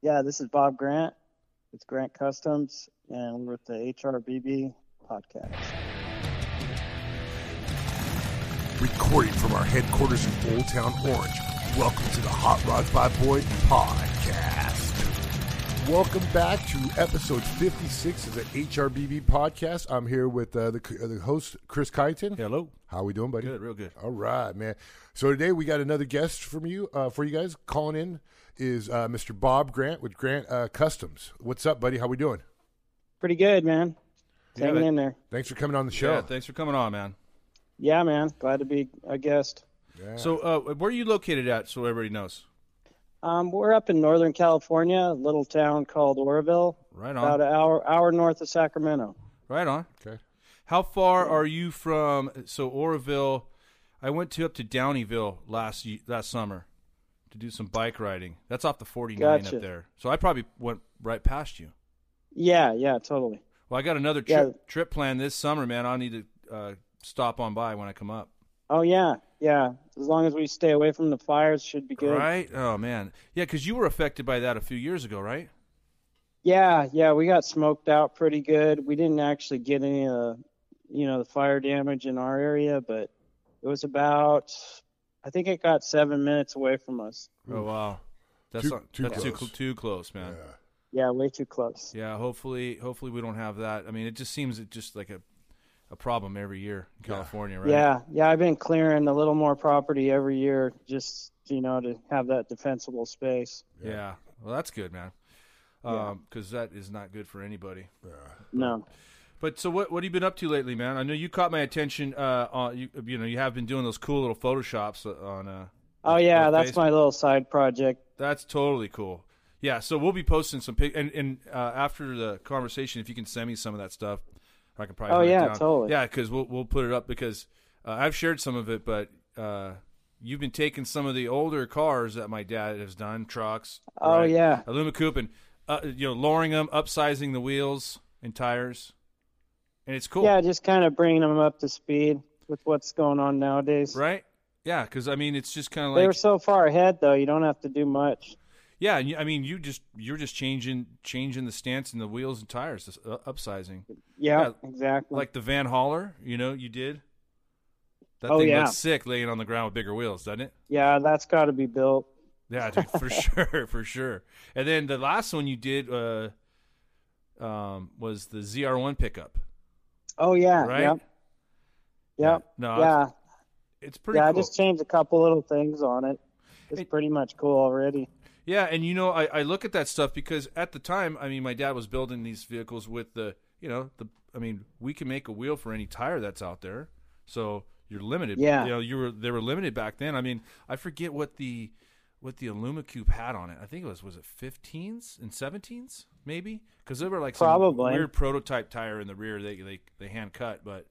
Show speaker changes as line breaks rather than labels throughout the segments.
Yeah, this is Bob Grant with Grant Customs, and we're with the HRBB podcast.
Recording from our headquarters in Old Town Orange, welcome to the Hot Rods by Boyd podcast. Welcome back to episode 56 of the HRBB podcast. I'm here with uh, the, uh, the host, Chris Kyton.
Hello.
How we doing, buddy?
Good, real good.
All right, man. So today we got another guest from you, uh, for you guys. Calling in is uh, Mr. Bob Grant with Grant uh, Customs. What's up, buddy? How we doing?
Pretty good, man.
Yeah,
Hanging
that-
in there.
Thanks for coming on the show.
Yeah, thanks for coming on, man.
Yeah, man. Glad to be a guest.
Yeah.
So, uh, where are you located at so everybody knows?
Um, we're up in Northern California, a little town called Oroville,
Right
about
on.
an hour hour north of Sacramento.
Right on.
okay.
How far are you from so Oroville? I went to up to Downeyville last ye- last summer to do some bike riding. That's off the 49
Gotcha.
up there. So I probably went right past you.
Yeah, yeah, totally.
Well, I got another trip
Yeah.
trip planned this summer, man. I need to uh, stop on by when I come up.
Oh yeah, yeah. As long as we stay away from the fires, should be good.
Right? Oh man. Yeah, cuz you were affected by that a few years ago, right?
Yeah, yeah, we got smoked out pretty good. We didn't actually get any of the, you know, the fire damage in our area, but it was about, I think it got seven minutes away from us.
Oh wow. That's
Too-
not,
too
that's too
close.
cl- too close, man.
Yeah.
Yeah, way too close.
Yeah, hopefully, hopefully we don't have that. I mean, it just seems it just like a a problem every year in
Yeah.
California, right?
Yeah, yeah, I've been clearing a little more property every year just, you know, to have that defensible space.
yeah. Well, that's good, man,
Yeah.
because that is not good for anybody.
Yeah.
No.
But so, what what have you been up to lately, man? I know you caught my attention. Uh, on you, you know, you have been doing those cool little photoshops on. Uh,
Oh yeah,
Or
that's
Facebook.
my little side project.
that's totally cool. Yeah, so we'll be posting some pic, and and uh, after the conversation, if you can send me some of that stuff, I can probably.
Oh,
hunt it
yeah,
down.
totally.
Yeah, because we'll we'll put it up because uh, I've shared some of it, but uh, you've been taking some of the older cars that my dad has done, trucks.
Oh
right?
yeah.
Aluma coupe and uh, you know lowering them, upsizing the wheels and tires, and it's cool.
Yeah, just kind of bringing them up to speed with what's going on nowadays.
Right. Yeah, because I mean, it's just kind of
They
like
were so far ahead though, you don't have to do much.
Yeah, and you, I mean, you just you're just changing changing the stance and the wheels and tires, just u- upsizing
Yeah,
Yeah,
exactly.
like the Van Hauler. You know, you did. That
Oh,
thing
yeah.
looks sick laying on the ground with bigger wheels, doesn't it?
Yeah, that's got to be built.
Yeah, dude, for sure, for sure. And then the last one you did uh, um, was the ZR1 pickup,
Oh yeah,
right?
yep, yep,
No,
yeah,
it's-
yeah.
it's pretty
I
cool.
just changed a couple little things on it. It's
It-
pretty much cool already.
Yeah, and you know, I, I look at that stuff because at the time, I mean, my dad was building these vehicles with the, you know, the. I mean, we can make a wheel for any tire that's out there, so you're limited.
Yeah.
you know, you were they were limited back then. I mean, I forget what the what the Alumacube had on it. I think it was was it 15s and 17s maybe because they were like some
Probably.
weird prototype tire in the rear they they they hand cut, but.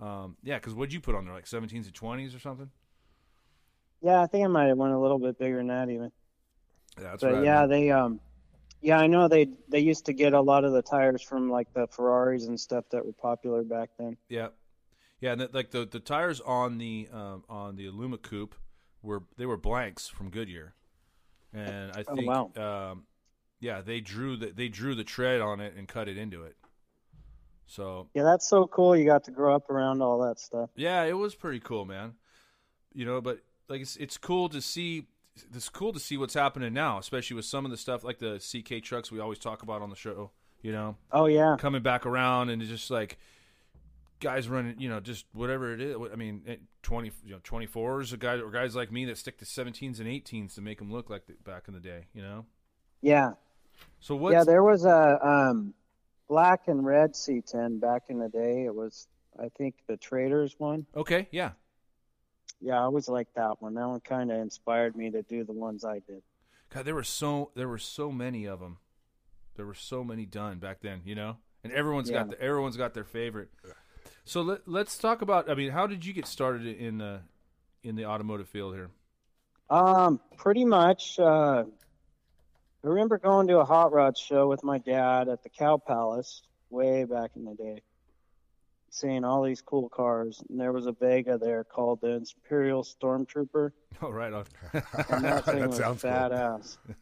Um, yeah, because what'd you put on there? Like 17s and 20s or something?
Yeah, I think I might have went a little bit bigger than that even.
Yeah, that's
but
right.
yeah, they um, yeah, I know they they used to get a lot of the tires from like the Ferraris and stuff that were popular back then.
Yeah, yeah. And that, like the the tires on the um, on the Aluma Coupe were they were blanks from Goodyear, and I
Oh,
think
wow.
um, yeah they drew the they drew the tread on it and cut it into it. So
Yeah, that's so cool. You got to grow up around all that stuff.
yeah, it was pretty cool, man. You know, but like it's it's cool to see. It's cool to see what's happening now, especially with some of the stuff like the CK trucks we always talk about on the show. You know,
Oh yeah,
coming back around and it's just like guys running, you know, just whatever it is. I mean, eh, twenty, you know, twenty fours, a guy or guys like me that stick to seventeens and eighteens to make them look like the, back in the day, you know.
yeah,
So what?
yeah. There was a um, black and red C10 back in the day. It was I think the Traders one.
okay, yeah,
Yeah, I always liked that one. That one kind of inspired me to do the ones I did.
God, there were so there were so many of them. There were so many done back then, you know, and everyone's got
Yeah.
the, everyone's got their favorite. So let, let's talk about. I mean, how did you get started in the in the automotive field here?
Um, pretty much. Uh, I remember going to a hot rod show with my dad at the Cow Palace way back in the day, seeing all these cool cars. And there was a Vega there called the Imperial Stormtrooper.
Oh, right on.
And that thing
that
was
sounds good.
badass.
Uh,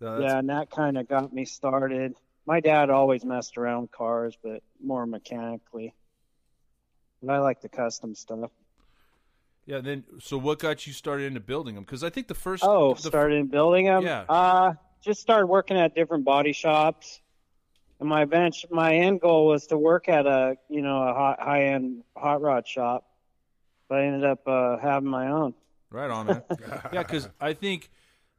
that's-
yeah, and that kind of got me started. My dad always messed around with cars, but more mechanically. But I like the custom stuff.
yeah. Then, so what got you started into building them? Because I think the first
Oh,
the,
started building them.
Yeah.
Uh, just started working at different body shops. And my bench, my end goal was to work at a, you know, a hot, high end hot rod shop. But I ended up uh, having my own.
Right on, man. yeah, because I think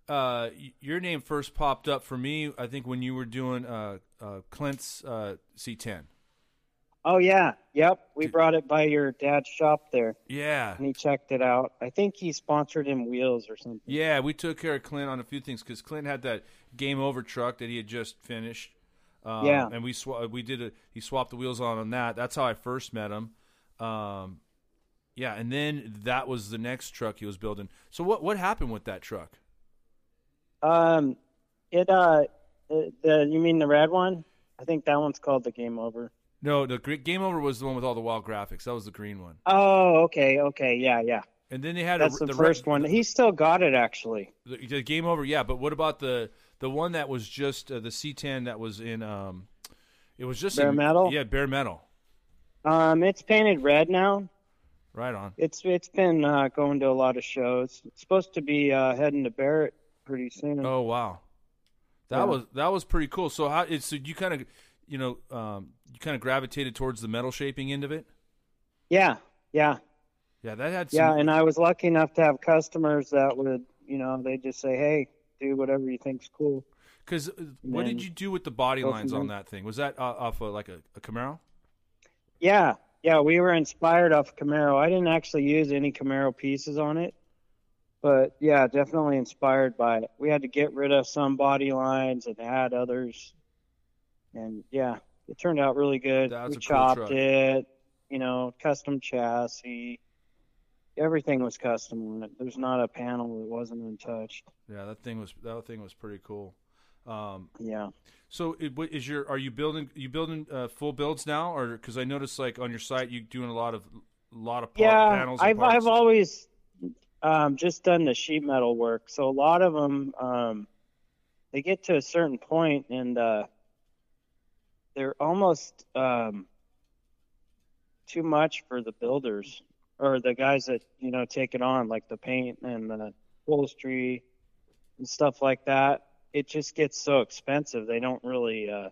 uh, y- your name first popped up for me. I think when you were doing uh, uh, Clint's uh, C10.
Oh yeah, yep. We
Dude.
brought it by your dad's shop there,
Yeah,
and he checked it out. I think he sponsored him wheels or something.
yeah. We took care of Clint on a few things because Clint had that game over truck that he had just finished. Um,
Yeah.
and we sw- we did a he swapped the wheels on on that. That's how I first met him. Um, yeah, and then that was the next truck he was building. So what what happened with that truck?
Um, it uh, it- the you mean the red one? I think that one's called the Game Over.
No, the gre- game over was the one with all the wild graphics. That was the green one.
Oh, okay, okay, yeah, yeah.
And then they had
That's
a,
the,
the re-
first one. He still got it actually.
The, the game over, yeah. But what about the the one that was just uh, the C10 that was in? Um, it was just
Bare
in-
metal?
Yeah, bare metal.
Um, it's painted red now.
Right on.
It's it's been uh, going to a lot of shows. It's supposed to be uh, heading to Barrett pretty soon.
Oh wow, that
Yeah.
was that was pretty cool. So how it's so you kind of you know um, you kind of gravitated towards the metal shaping end of it.
Yeah, yeah.
Yeah, that had some,
Yeah, and I was lucky enough to have customers that would, you know, they just say, "Hey, do whatever you think's cool."
Because uh, what
then
did you do with the body
go
lines
from
on
there.
that thing? Was that uh, off of like a, a Camaro?
Yeah, yeah, we were inspired off Camaro. I didn't actually use any Camaro pieces on it, but yeah, definitely inspired by it. We had to get rid of some body lines and add others, and yeah, it turned out really good.
That's a
we
cool
chopped
truck.
it, you know, custom chassis. Everything was custom on it. There's not a panel that wasn't untouched.
Yeah, that thing was that thing was pretty cool. Um,
Yeah.
So it, what is your are you building you building uh, full builds now or because I noticed like on your site you doing a lot of lot of part, panels. And
I've
parts.
I've always um, just done the sheet metal work. So a lot of them, um, they get to a certain point and uh, they're almost um, too much for the builders or the guys that you know take it on, like the paint and the upholstery and stuff like that. It just gets so expensive. They don't really uh,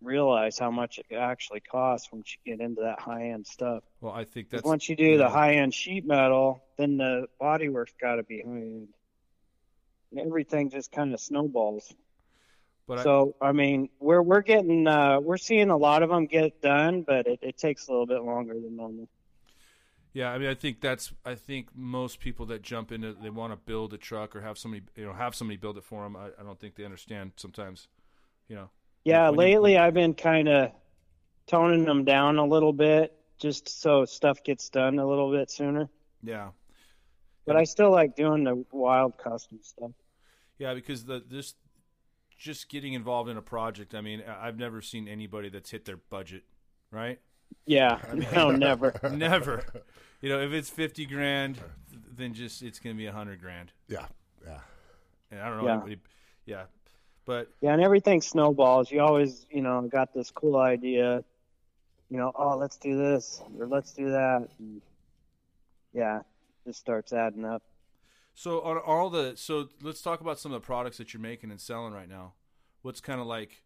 realize how much it actually costs once you get into that high end stuff.
well I think that's
Because once you do
yeah.
the high end sheet metal, then the bodywork's got to be high end. And everything just kind of snowballs.
but I,
so I, mean, we're we're getting uh, we're seeing a lot of them get done, but it, it takes a little bit longer than normal.
yeah I mean I think that's I think most people that jump into they want to build a truck or have somebody you know have somebody build it for them I, I don't think they understand sometimes you know
Yeah,
When you-
lately I've been kind of toning them down a little bit, just so stuff gets done a little bit sooner.
yeah
But I still like doing the wild custom stuff.
Yeah, because the this just getting involved in a project. I mean, I- I've never seen anybody that's hit their budget, right?
Yeah, no, never.
Never. You know, if it's fifty grand, then just it's gonna be a hundred grand.
yeah, yeah.
And I don't know.
Yeah.
Anybody, yeah. But
Yeah, and everything snowballs. You always, you know, got this cool idea, you know, oh, let's do this or let's do that. And yeah, just starts adding up.
so on all the so let's talk about some of the products that you're making and selling right now. What's kind of like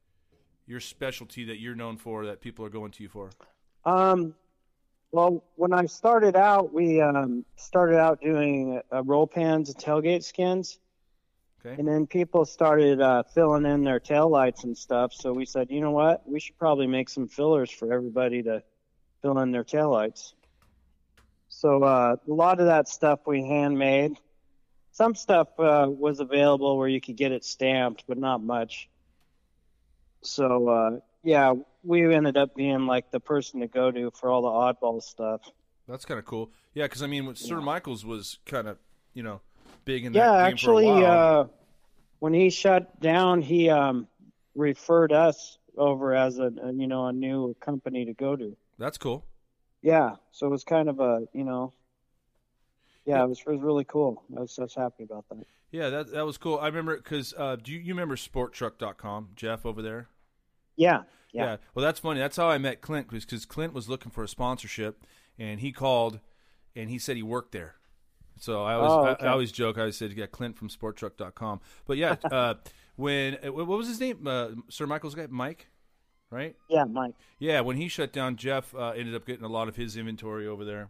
your specialty that you're known for that people are going to you for?
Um, well, when I started out, we um, started out doing uh, roll pans and tailgate skins,
Okay.
and then people started uh, filling in their taillights and stuff. So we said, you know what, we should probably make some fillers for everybody to fill in their taillights. So uh, a lot of that stuff we handmade. Some stuff uh, was available where you could get it stamped, but not much. So uh, yeah, we ended up being like the person to go to for all the oddball stuff.
That's kind of cool. Yeah, because I mean, when Sir Michaels was kind of you know big in
yeah,
that game
actually,
for a while.
uh, when he shut down, he um, referred us over as a, a you know a new company to go to.
That's cool.
Yeah, so it was kind of a you know. yeah, it was, it was really cool. I was, I was happy about that.
Yeah, that that was cool. I remember it because uh, do you, you remember sporttruck.com, Jeff, over there?
Yeah, yeah.
Well, that's funny. That's how I met Clint because Clint was looking for a sponsorship, and he called, and he said he worked there. So I always
Oh,
I-
okay.
I, always joke. I always said, "Yeah, Clint from SportTruck.com." But yeah, uh, when uh, what was his name? Uh, Sir Michael's guy, Mike, right?
Yeah, Mike.
Yeah, when he shut down, Jeff uh, ended up getting a lot of his inventory over there.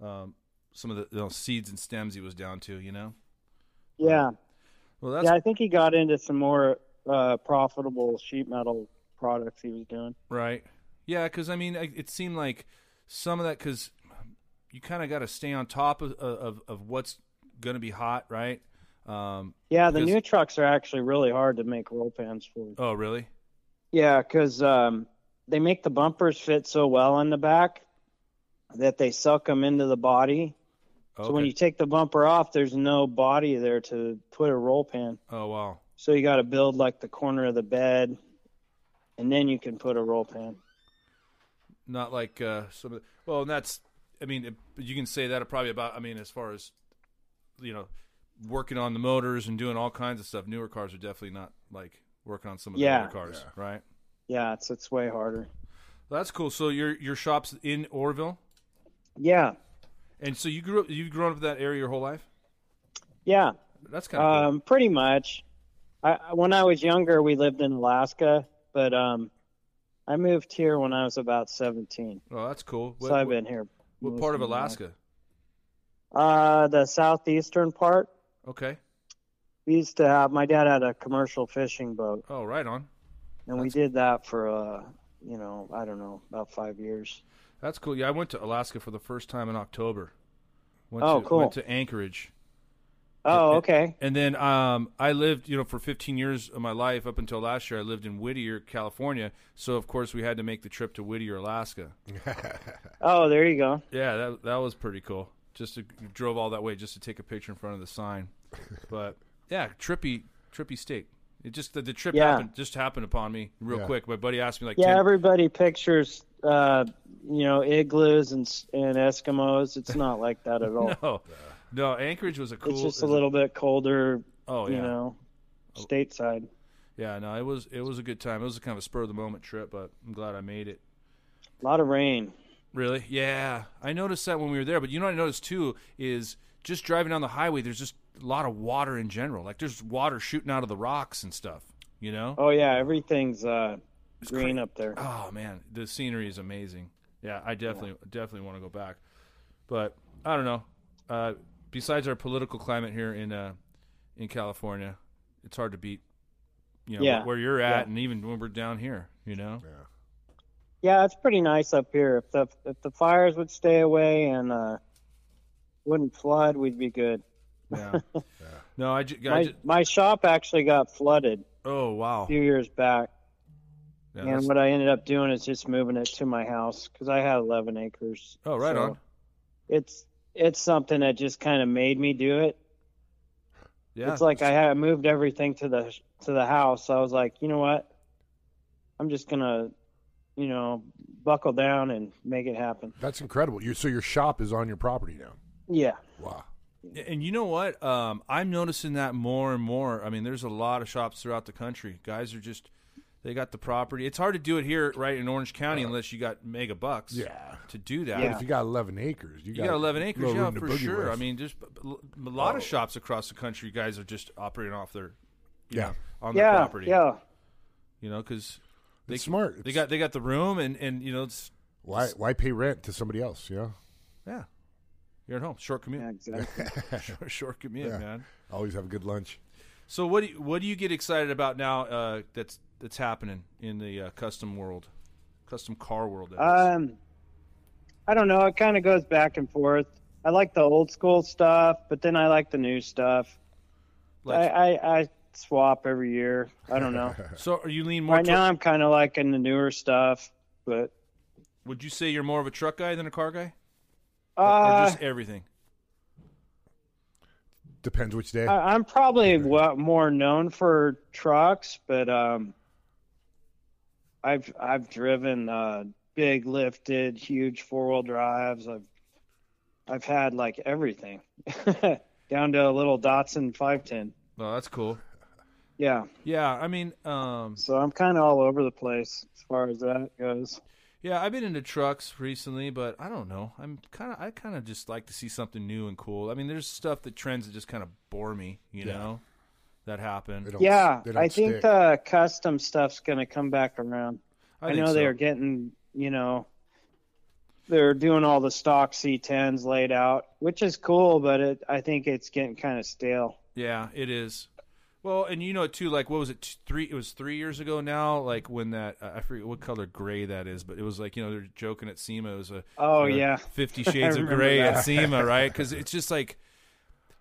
Um, some of the you know, seeds and stems he was down to, you know.
Yeah.
Well, that's
yeah, I think he got into some more uh, profitable sheet metal products he was doing.
Right. Yeah, because I mean, I- it seemed like some of that because you kind of got to stay on top of of, of what's going to be hot, right? Um,
Yeah, the
Because-
new trucks are actually really hard to make roll pans for.
oh, really?
Yeah, because um, they make the bumpers fit so well in the back that they suck them into the body.
Okay.
So when you take the bumper off, there's no body there to put a roll pan.
oh, wow.
So you got to build like the corner of the bed, and then you can put a roll pan.
Not like uh, some of. Well, and that's. I mean, it, you can say that probably about. I mean, as far as you know, working on the motors and doing all kinds of stuff. Newer cars are definitely not like working on some of
Yeah.
the older cars, right?
Yeah, it's it's way harder.
Well, that's cool. So your your shop's in Orville,
Yeah,
and so you grew up. You've grown up in that area your whole life.
yeah.
That's kind of cool.
Um, pretty much. I, I- when I was younger, we lived in Alaska, but um, I moved here when I was about 17.
Oh, that's cool. What,
so I've
what-
been here.
what
most
part of
my life.
Alaska?
Uh, the southeastern part.
Okay.
We used to have my dad had a commercial fishing boat,
Oh, right on.
and we did that for uh, you know, I don't know, about five years.
That's cool. Yeah, I went to Alaska for the first time in October. Went
Oh,
to,
cool.
Went to Anchorage,
Oh,
And-
okay.
and then um, I lived, you know, for 15 years of my life up until last year. I lived in Whittier, California. So of course we had to make the trip to Whittier, Alaska.
Oh, there you go.
Yeah, that that was pretty cool. Just to, drove all that way just to take a picture in front of the sign. But yeah, trippy, trippy state. It just the, the trip
Yeah.
happened just happened upon me real
Yeah.
quick. My buddy asked me like,
Yeah,
"Tim,
everybody pictures, uh, you know, igloos and s- and Eskimos. It's not like that at all.
No, no. Anchorage was a cool.
it's just a little bit colder,
Oh yeah, Oh.
you know, stateside.
yeah. No, it was it was a good time. It was kind of a spur of the moment trip, but I'm glad I made it.
A lot of rain.
Really? Yeah, I noticed that when we were there. But you know what I noticed too is just driving down the highway. There's just a lot of water in general. Like there's water shooting out of the rocks and stuff. You know?
Oh yeah, everything's uh, green
cra-
up there.
Oh man, the scenery is amazing. Yeah, I definitely definitely want to go back. But I don't know. Uh, besides our political climate here in uh, in California, it's hard to beat. You know
Yeah.
where you're at,
Yeah.
and even when we're down here, you know.
yeah.
Yeah, it's pretty nice up here. If the if the fires would stay away and uh, wouldn't flood, we'd be good.
Yeah. No, I just,
My my shop actually got flooded
oh wow.
a few years back,
Yeah,
and
that's-
what I ended up doing is just moving it to my house because I had 11 acres.
oh right
So
on.
It's it's something that just kind of made me do it.
Yeah.
It's like I had moved everything to the to the house. I was like, you know what? I'm just gonna, you know, buckle down and make it happen.
That's incredible. Your so your shop is on your property now.
Yeah.
Wow.
And you know what? Um, I'm noticing that more and more. I mean, there's a lot of shops throughout the country. Guys are just they got the property. It's hard to do it here, right in Orange County, unless you got mega bucks.
Uh, Yeah.
To do that,
Yeah.
If you got 11 acres, you,
you got 11 acres,
little
yeah,
room to
for
boogie Oh.
sure.
with.
I mean, just a a lot of shops across the country. Guys are just operating off their,
Yeah.
you know, on their
Yeah.
property.
Yeah.
You know, because
it's smart.
they
It's-
got they got the room, and and you know, it's
why why pay rent to somebody else? You know,
yeah, you're at home, short commute,
Yeah, exactly.
short, short commute,
Yeah.
man.
always have a good lunch.
So what do you, what do you get excited about now? Uh, that's that's happening in the uh, custom world, custom car world. that is.
um, I don't know. It kind of goes back and forth. I like the old school stuff, but then I like the new stuff.
like,
I, I I swap every year. I don't know.
so are you lean more?
right
toward-
now, I'm kind of liking the newer stuff, but
would you say you're more of a truck guy than a car guy, or,
uh,
or just everything?
Depends which
Uh,
day.
I, I'm probably wa- more known for trucks, but um, I've I've driven uh, big lifted, huge four wheel drives. I've I've had like everything, down to a little Datsun 510.
Oh, that's cool.
Yeah,
Yeah, I mean, um,
so I'm kind of all over the place as far as that goes.
yeah, I've been into trucks recently, but I don't know. I'm kind of, I kind of just like to see something new and cool. I mean, there's stuff that trends that just kind of bore me, you
Yeah.
know, that
They
happen.
don't,
Yeah,
they don't
I think
stick.
the custom stuff's gonna come back around. I,
think
know
so.
they're getting, you know, they're doing all the stock C10s laid out, which is cool, but it, I think it's getting kind of stale.
Yeah, it is. Well, and you know too, like what was it? t- Three? It was three years ago now. Like when that uh, I forget what color gray that is, but it was like you know they're joking at SEMA. It was a
Oh
uh,
yeah,
Fifty Shades of
remember
Gray
that.
at SEMA, right? Because it's just like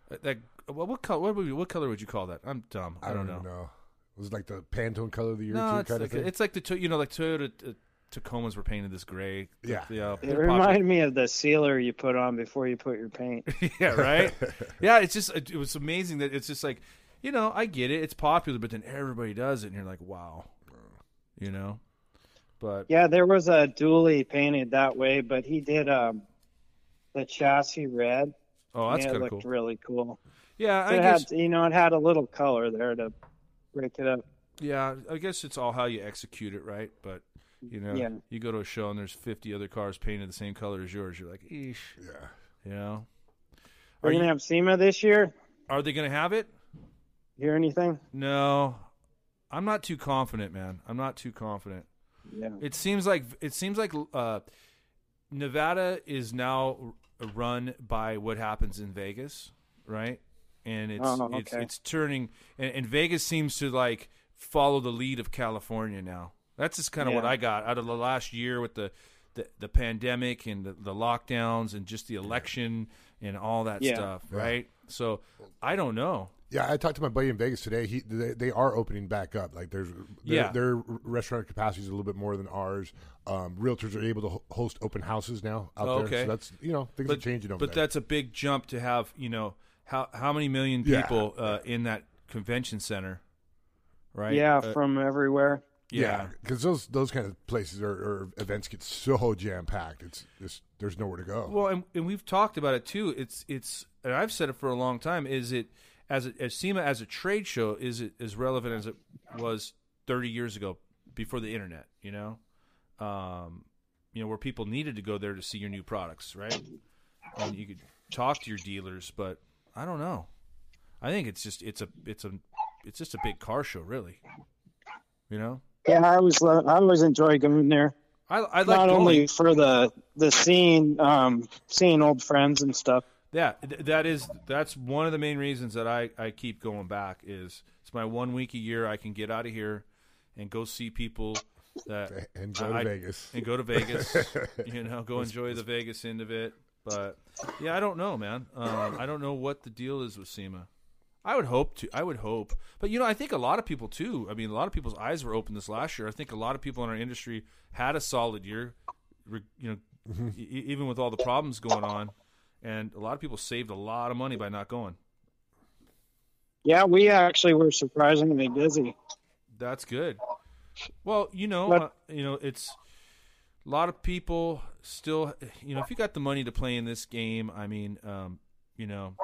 uh, that. What, what color? What, would you- what color would you call that? I'm dumb. I,
I don't,
know.
even know. It was like the Pantone color of the year
No,
too,
it's
kind
like,
of thing.
it's like the to- you know like Toyota uh, Tacomas were painted this gray.
Yeah.
yeah,
it
they're popular.
reminded me of the sealer you put on before you put your paint.
yeah, right. yeah, it's just it, it was amazing that it's just like you know I get it, it's popular, but then everybody does it, and you're like, wow, you know. But
Yeah, there was a dually painted that way, but he did um the chassis red.
oh, that's
and it
kind of
looked
cool.
really cool.
Yeah, I
it
guess.
had you know it had a little color there to break it up.
Yeah, I guess it's all how you execute it, right? But you know,
Yeah.
you go to a show and there's 50 other cars painted the same color as yours. You're like, eesh,
yeah.
you know.
We're
Are
gonna
you,
have SEMA this year.
are they going to have it?
Hear anything?
No, I'm not too confident, man. I'm not too confident.
Yeah.
It seems like it seems like uh, Nevada is now r- run by what happens in Vegas, right? And it's
Oh,
it's
okay.
it's turning, and, and Vegas seems to like follow the lead of California now. That's just kind of what
Yeah.
I got out of the last year with the the, the pandemic and the, the lockdowns and just the election and all that
Yeah.
stuff,
Yeah.
right? So I don't know.
Yeah, I talked to my buddy in Vegas today. He they, they are opening back up. Like there's their,
Yeah.
their restaurant capacity is a little bit more than ours. Um, realtors are able to ho- host open houses now out
Oh,
there.
okay.
So that's you know things are changing over
but
there.
that's a big jump to have you know how how many million
Yeah.
people uh, in that convention center right
Yeah,
Uh,
from everywhere.
yeah
because those those kind of places or, or events get so jam packed. It's just there's nowhere to go.
well and, and we've talked about it too it's it's and i've said it for a long time is it as it, as sema as a trade show is it as relevant as it was 30 years ago before the internet you know um you know where people needed to go there to see your new products right and you could talk to your dealers but i don't know i think it's just it's a it's a it's just a big car show really you know
Yeah, I always love, I always enjoy going there.
i i like
Not
going.
only for the the scene, um, seeing old friends and stuff.
Yeah, th- that is that's one of the main reasons that I I keep going back is it's my one week a year I can get out of here and go see people that
and go to
I-
Vegas.
and go to Vegas, you know, go enjoy the Vegas end of it. But yeah, I don't know, man. Um, I don't know what the deal is with SEMA. I would hope to. I would hope, but you know, I think a lot of people too. I mean, a lot of people's eyes were open this last year. I think a lot of people in our industry had a solid year, re- you know, e- e- even with all the problems going on, and a lot of people saved a lot of money by not going.
Yeah, we actually were surprisingly busy.
That's good. Well, you know,
But-
uh, you know, it's a lot of people still. You know, if you got the money to play in this game, I mean, um, you know,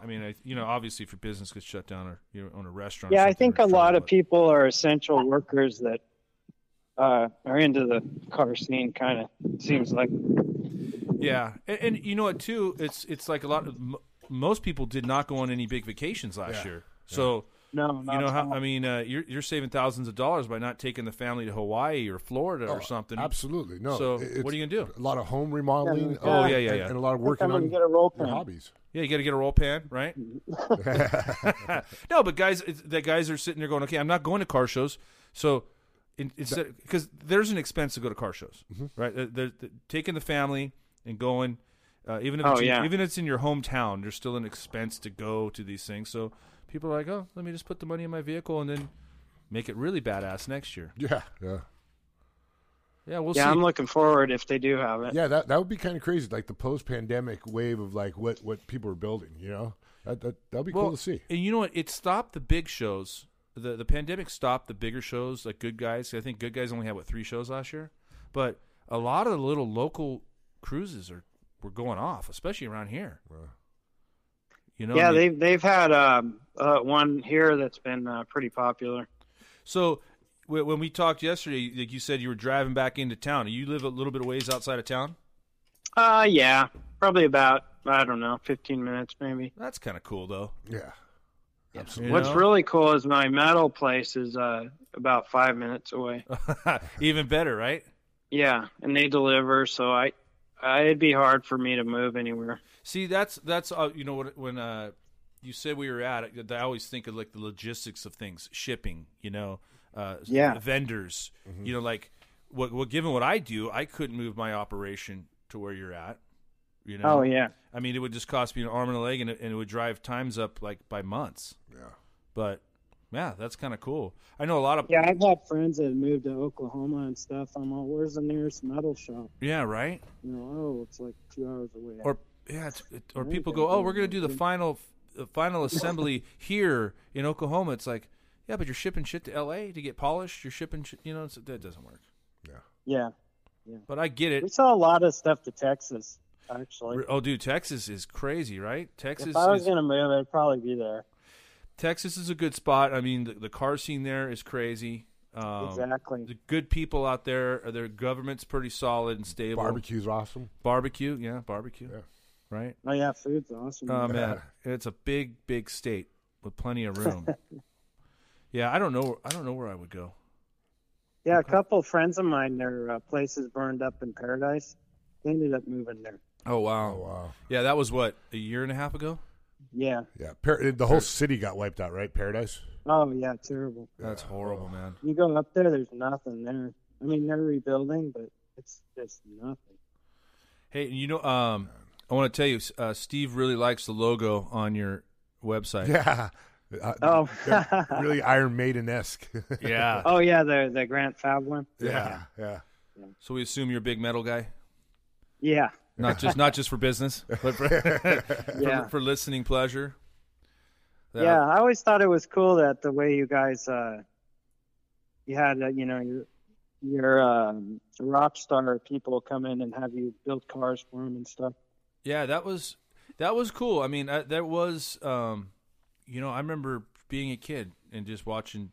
I mean, I, you know, obviously, if your business gets shut down or you own a restaurant, or
Yeah, I
something,
think
you're
a
in
lot
trouble,
of
but-
people are essential workers that uh, are into the car scene. Kind of seems like.
Yeah, and, and you know what? Too, it's it's like a lot of m- most people did not go on any big vacations last
Yeah.
year, so.
No,
You
not
know
at
how
all.
I mean? Uh, you're you're saving thousands of dollars by not taking the family to Hawaii or Florida
Oh,
or something.
Absolutely no.
So,
It-
what
it's
are you gonna do?
A lot of home remodeling. um,
Yeah, Oh,
yeah, yeah,
and,
yeah.
and a lot of
I'm
working
gonna
on
get a roll
your
cam.
hobbies.
Yeah, you got to get a roll pan, right?
Mm-hmm.
no, but guys, it's- the guys are sitting there going, "Okay, I'm not going to car shows." So in, instead, because there's an expense to go to car shows,
Mm-hmm.
right? They're, they're taking the family and going, uh, even if
Oh,
it's in,
yeah.
even if it's in your hometown, there's still an expense to go to these things. So people are like, "Oh, let me just put the money in my vehicle and then make it really badass next year."
Yeah, yeah.
Yeah, we'll
Yeah,
see.
I'm looking forward if they do have it.
Yeah, that that would be kind of crazy, like the post-pandemic wave of like what what people are building. You know, that that that'd be cool to see.
And you know what? It stopped the big shows. The the pandemic stopped the bigger shows like Good Guys. I think Good Guys only had what three shows last year, but a lot of the little local cruises are were going off, especially around here.
Wow.
You know,
yeah,
I mean,
they've they've had um, uh, one here that's been uh, pretty popular.
so wh- when we talked yesterday, like you said, you were driving back into town. You live a little bit of ways outside of town.
Uh, yeah, probably about I don't know, fifteen minutes maybe.
That's kind of cool, though.
Yeah.
You
What's
know?
really cool is my metal place is uh, about five minutes away.
even better, right?
Yeah, and they deliver, so I, I it'd be hard for me to move anywhere.
See, that's that's uh, you know when when uh, you said we were at it, I always think of like the logistics of things, shipping, you know, uh,
Yeah. Mm-hmm.
vendors, you know, like what what given what I do, I couldn't move my operation to where you're at, you know.
Oh yeah,
I mean, it would just cost me an arm and a leg, and it, and it would drive times up like by months.
Yeah.
But yeah, that's kind of cool. I know a lot of
yeah. I've had friends that have moved to Oklahoma and stuff. I'm all, where's the nearest metal shop?
yeah, right.
You know, oh, it's like two hours away.
or yeah, it's, it, or
Right,
people
yeah,
go, oh,
yeah,
we're gonna do the
yeah.
final the final assembly here in Oklahoma. It's like, yeah, but you're shipping shit to L.A. to get polished. You're shipping, shit, you know, it's, that doesn't work.
yeah,
But I get
we
it.
saw a lot of stuff to Texas. Actually,
Oh, dude, Texas is crazy, right? Texas,
if I was
is,
gonna move, I'd probably be there.
Texas is a good spot. I mean, the, the car scene there is crazy. Um,
exactly.
The good people out there, uh, their government's pretty solid and stable.
Barbecue's awesome.
Barbecue, yeah, barbecue,
Yeah.
right?
Oh yeah, food's awesome.
Oh man, it's a big, big state with plenty of room. yeah, I don't know. I don't know where I would go.
yeah, a couple friends of mine, their uh, places burned up in Paradise. They ended up moving there.
Oh wow.
Oh wow.
Yeah, that was what a year and a half ago.
Yeah.
Yeah. Par- eh, the whole city got wiped out, right? Paradise.
Oh yeah, terrible.
That's horrible, man.
You go up there, there's nothing there. I mean, they're rebuilding, but it's just nothing.
Hey, you know, um, I want to tell you, uh, Steve really likes the logo on your website.
Yeah. Uh,
Oh,
they're really Iron Maiden esque.
Yeah.
oh yeah, the the Grant Fab one.
yeah. Yeah.
So we assume you're a big metal guy,
Yeah,
not just not just for business, but for,
Yeah.
for, for listening pleasure. That-
yeah. I always thought it was cool that the way you guys, uh, you had, uh, you know, your your um, rock star people come in and have you build cars for them and stuff.
Yeah, that was that was cool. I mean, I, that was um, you know, I remember being a kid and just watching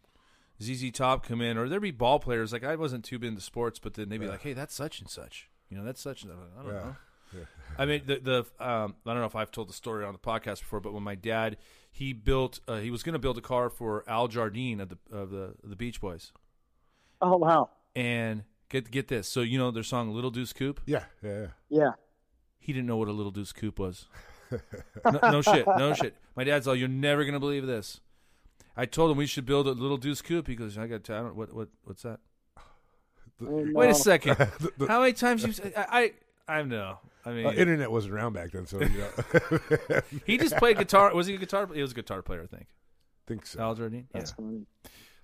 ZZ Top come in, or there'd be ball players. Like I wasn't too big into sports, but then they'd be like, "Hey, that's such and such." You know, that's such. and such. I don't
Yeah.
know. I mean, the the um, I don't know if I've told the story on the podcast before, but when my dad he built uh, he was going to build a car for Al Jardine of the of the the Beach Boys,
Oh wow,
and get get this. So you know their song "Little Deuce Coupe."
Yeah. Yeah. yeah.
yeah,
he didn't know what a little deuce coupe was. no, no shit, no shit. My dad's all, you're never gonna believe this. I told him we should build a little deuce coupe. He goes, I got, I don't, what, what, what's that?
Mm.
Oh,
Wait
no.
a second. How many times you? I, I, I know. I mean,
Uh, internet wasn't around back then, so you know, I
he just played guitar. Was he a guitar? He was a guitar player, I think.
think so.
Al Jardine. Yeah.
That's funny.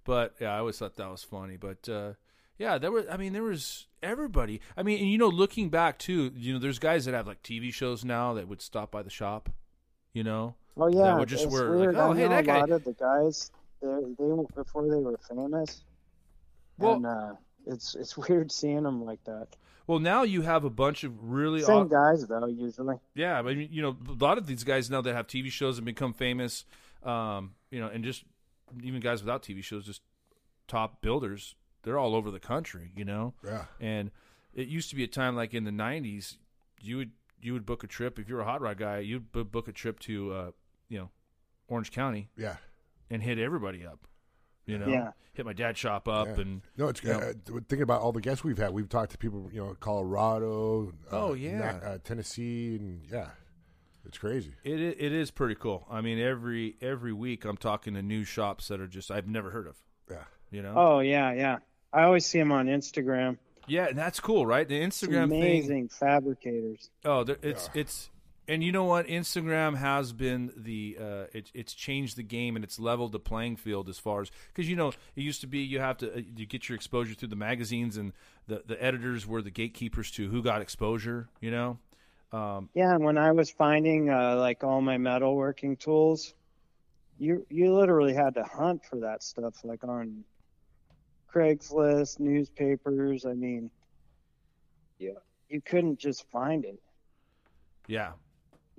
But yeah, I always thought that was funny. But uh, yeah, there were. I mean, there was everybody. I mean, and you know, looking back too, you know, there's guys that have like TV shows now that would stop by the shop. You know,
Oh yeah,
would just
it's
were like,
weird.
"Oh,
I
hey,
know
that
a
guy-
lot of the guys, they they were- before they were famous,
Well-
and uh, it's it's weird seeing them like that.
Well, now you have a bunch of really
Same
aw-
guys though, usually.
yeah. I mean, you know, a lot of these guys now that have TV shows and become famous, um, you know, and just even guys without TV shows, just top builders. They're all over the country, you know.
Yeah.
And it used to be a time like in the '90s, you would you would book a trip if you were a hot rod guy, you'd bu- book a trip to uh, you know Orange County
Yeah.
and hit everybody up, you know,
Yeah.
hit my dad shop up
Yeah.
and
No, it's
you know.
uh, thinking about all the guests we've had. We've talked to people, you know, Colorado. Uh,
Oh, yeah.
Na- uh, Tennessee, and yeah, it's crazy.
It i- it is pretty cool. I mean, every every week I'm talking to new shops that are just I've never heard of.
Yeah.
You know?
Oh yeah, yeah. I always see them on Instagram.
Yeah, and that's cool, right? The
It's
Instagram thing.
amazing fabricators.
Oh, there- it's it's and you know what? Instagram has been the uh, it, it's changed the game and it's leveled the playing field as far as because you know it used to be you have to uh, you get your exposure through the magazines and the the editors were the gatekeepers to who got exposure. You know? Um,
Yeah, and when I was finding uh, like all my metalworking tools, you you literally had to hunt for that stuff, like on Craigslist, newspapers. I mean, yeah, you couldn't just find it.
Yeah,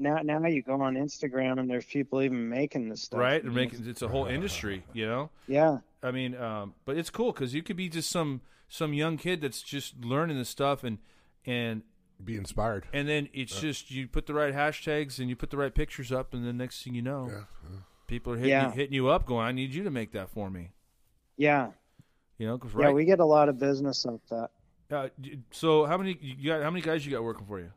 Now, now you go on Instagram and there's people even making this stuff.
right. They're making it's a whole industry, you know.
Yeah.
I mean, um, but it's cool because you could be just some some young kid that's just learning this stuff and and
Be inspired.
and then it's just you put the right hashtags and you put the right pictures up, and oh. the next thing you know,
Yeah,
people are hitting,
Yeah.
you, hitting you up, going, "I need you to make that for me."
Yeah.
You know, 'cause
Yeah.
right.
We get a lot of business off that.
uh, d- so how many you got? How many guys you got working for you?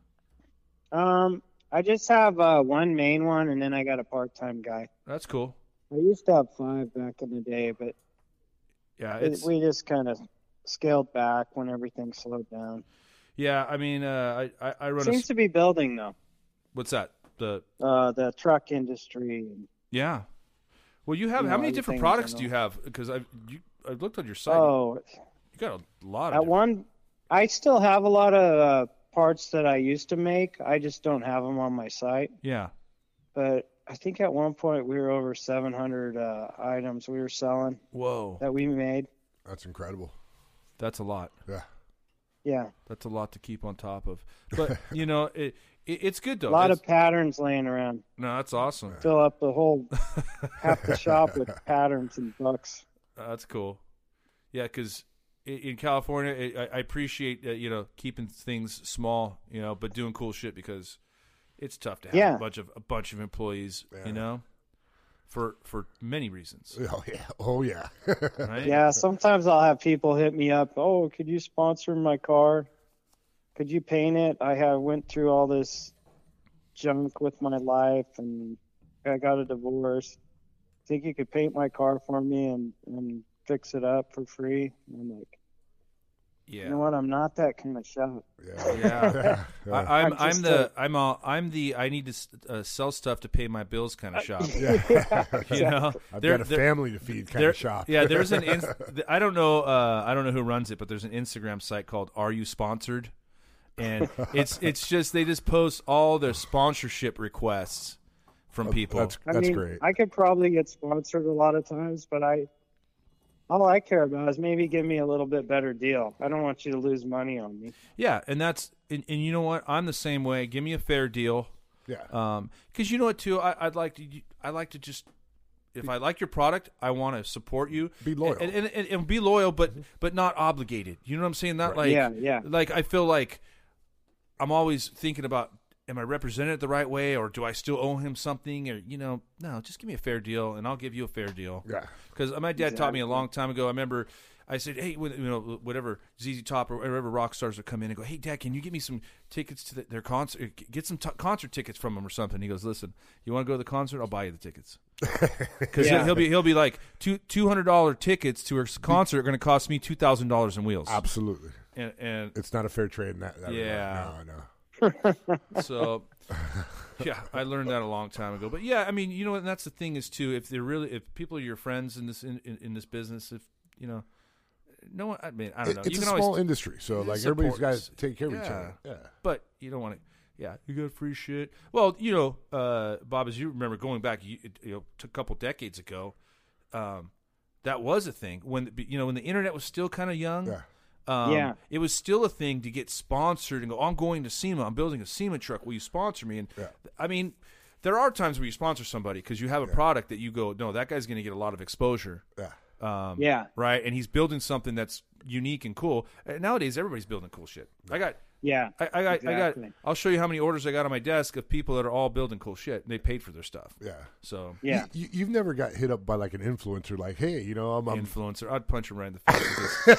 Um, I just have uh, one main one, and then I got a part-time guy.
That's cool.
I used to have five back in the day, but
Yeah,
it-
it's
we just kind of scaled back when everything slowed down.
yeah. I mean, uh, I, I I run. A,
Seems
s-
to be building though.
what's that? The
Uh, the truck industry.
yeah. Well, you have
You
how
know,
many
other
different
things
products
I
do you have? Because I you I looked on your site.
Oh,
You got a lot of
at
different-
one, I still have a lot of uh, parts that I used to make. I just don't have them on my site.
yeah.
But I think at one point we were over 700 uh, items we were selling
Whoa,
that we made.
that's incredible.
that's a lot.
Yeah,
Yeah,
That's a lot to keep on top of. But you know, it, it it's good though.
a lot
It's-
of patterns laying around.
no, that's awesome.
fill up the whole half the shop with patterns and bucks.
Uh, that's cool. Yeah, because in California, it, I, I appreciate uh, you know keeping things small, you know, but doing cool shit because it's tough to have
Yeah.
a bunch of a bunch of employees,
Yeah.
you know, for for many reasons.
oh yeah, oh yeah.
Right?
Yeah, sometimes I'll have people hit me up. Oh, could you sponsor my car? Could you paint it? I have went through all this junk with my life, and I got a divorce. Think you could paint my car for me and and fix it up for free? And I'm like, you know
yeah.
what? I'm not that kind of shop.
yeah.
Oh, Yeah. I, I'm
I'm
I'm
just
the I'm all I'm the I need to s- uh, sell stuff to pay my bills kind of shop.
Yeah.
You know,
I've
There-
got a
there-
family to feed kind
there-
of shop.
Yeah, there's an. Ins- th- I don't know. Uh, I don't know who runs it, but there's an Instagram site called "Are You Sponsored," and it's it's just they just post all their sponsorship requests from people.
That's
I
that's
mean,
great.
I could probably get sponsored a lot of times, but I all I care about is maybe give me a little bit better deal. I don't want you to lose money on me.
yeah, and that's and, and you know what? I'm the same way. Give me a fair deal,
yeah.
because Um, you know what too. I, I'd like to. I like to just. If I like your product, I want to support you.
Be loyal.
and, and, and, and be loyal, but but not obligated. You know what I'm saying? Not like
yeah, yeah.
like I feel like I'm always thinking about am I represented the right way or do I still owe him something or you know no just give me a fair deal and I'll give you a fair deal
yeah.
because my dad taught me a long time ago I remember I said hey when- you know whatever ZZ Top or whatever rock stars would come in and go hey dad can you get me some tickets to the, their concert uh, get some t- concert tickets from them or something he goes listen you want to go to the concert I'll buy you the tickets because
Yeah.
he'll be he'll be like two two hundred dollar tickets to her concert are going to cost me two thousand dollars in wheels
Absolutely.
and, and
It's not a fair trade in that. that
Yeah.
Regard. No, no.
So, yeah, I learned that a long time ago. But yeah, I mean, you know, and that's the thing is too. If they're really, if people are your friends in this in, in, in this business, if you know, no one. I mean, I don't know.
It- it's
you
a
can
small
always,
industry, so like
Support.
everybody's got to take care of each
Yeah.
other. Yeah.
but you don't want to. Yeah, you got free shit. Well, you know, uh, Bob, as you remember, going back, you, you know, to a couple decades ago, um, that was a thing when the, you know when the internet was still kind of young.
Yeah.
Um,
Yeah.
It was STILL a thing to get sponsored and go, I'm going to SEMA. I'm building a SEMA truck. Will you sponsor me? And
Yeah.
I mean, there are times where you sponsor somebody because you have a product that you go, no, that guy's going to get a lot of exposure.
Yeah.
Um,
Yeah.
Right. And he's building something that's unique and cool. And nowadays, everybody's building cool shit. I got.
Yeah.
I, I got, I got.
Exactly.
I'll show you how many orders I got on my desk of people that are all building cool shit. And they paid for their stuff.
Yeah.
So
Yeah.
You, you've never got hit up by like an influencer, like, hey, you know, I'm, I'm
influencer. I'd punch him right in the face. and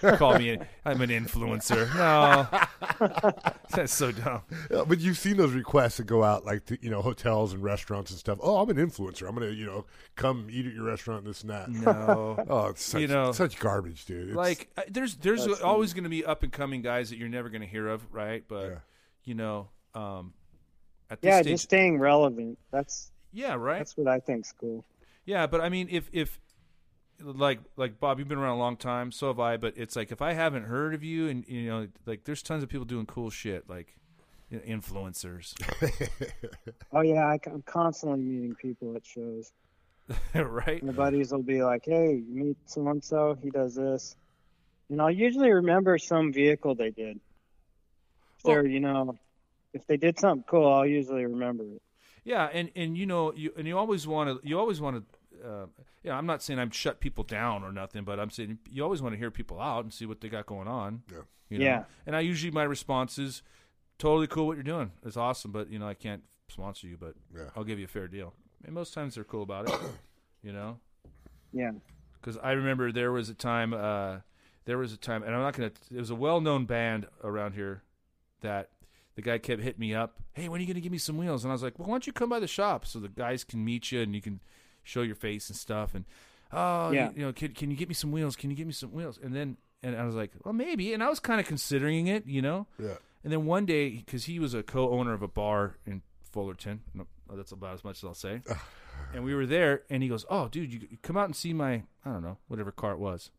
call, call me. In. I'm an influencer. No, that's so dumb.
Yeah, uh, but you've seen those requests that go out like to you know hotels and restaurants and stuff. Oh, I'm an influencer. I'm gonna you know come eat at your restaurant, this and that.
No,
Oh, it's such,
You know,
such garbage, dude. It's,
like I- there's there's always going to be up and coming guys that you're never going to hear of, right? But
Yeah.
you know, um, at this
Yeah,
stage,
just staying relevant. That's
yeah, right.
that's what I think's cool.
Yeah, but I mean, if if like like Bob, you've been around a long time, so have I. But it's like if I haven't heard of you, and you know, like there's tons of people doing cool shit, like you know, influencers,
Oh yeah, I, am constantly meeting people at shows.
right?
My buddies will be like, "Hey, you meet so and so. He does this," and I'll usually remember some vehicle they did. If They're you know if they did something cool, I'll usually remember it.
Yeah, and and you know you and you always want to you always want to. Uh, yeah, I'm not saying I'm shut people down or nothing, but I'm saying you always want to hear people out and see what they got going on.
Yeah.
you know?
Yeah.
And I usually my response is, totally cool what you're doing. It's awesome, but you know I can't sponsor you, but
Yeah.
I'll give you a fair deal. And most times they're cool about it. you know,
Yeah.
because I remember there was a time, uh, there was a time, and I'm not gonna. It was a well-known band around here that the guy kept hitting me up. Hey, when are you gonna give me some wheels? And I was like, Well, why don't you come by the shop so the guys can meet you and you can show your face and stuff. And oh,
Yeah.
you, you know, can, can you get me some wheels? Can you get me some wheels? And then and I was like, Well, maybe. And I was kind of considering it, you know.
Yeah.
And then one day, because he was a co-owner of a bar in Fullerton, no, that's about as much as I'll say. and we were there, and he goes, "Oh, dude, you, you come out and see my I don't know whatever car it was,"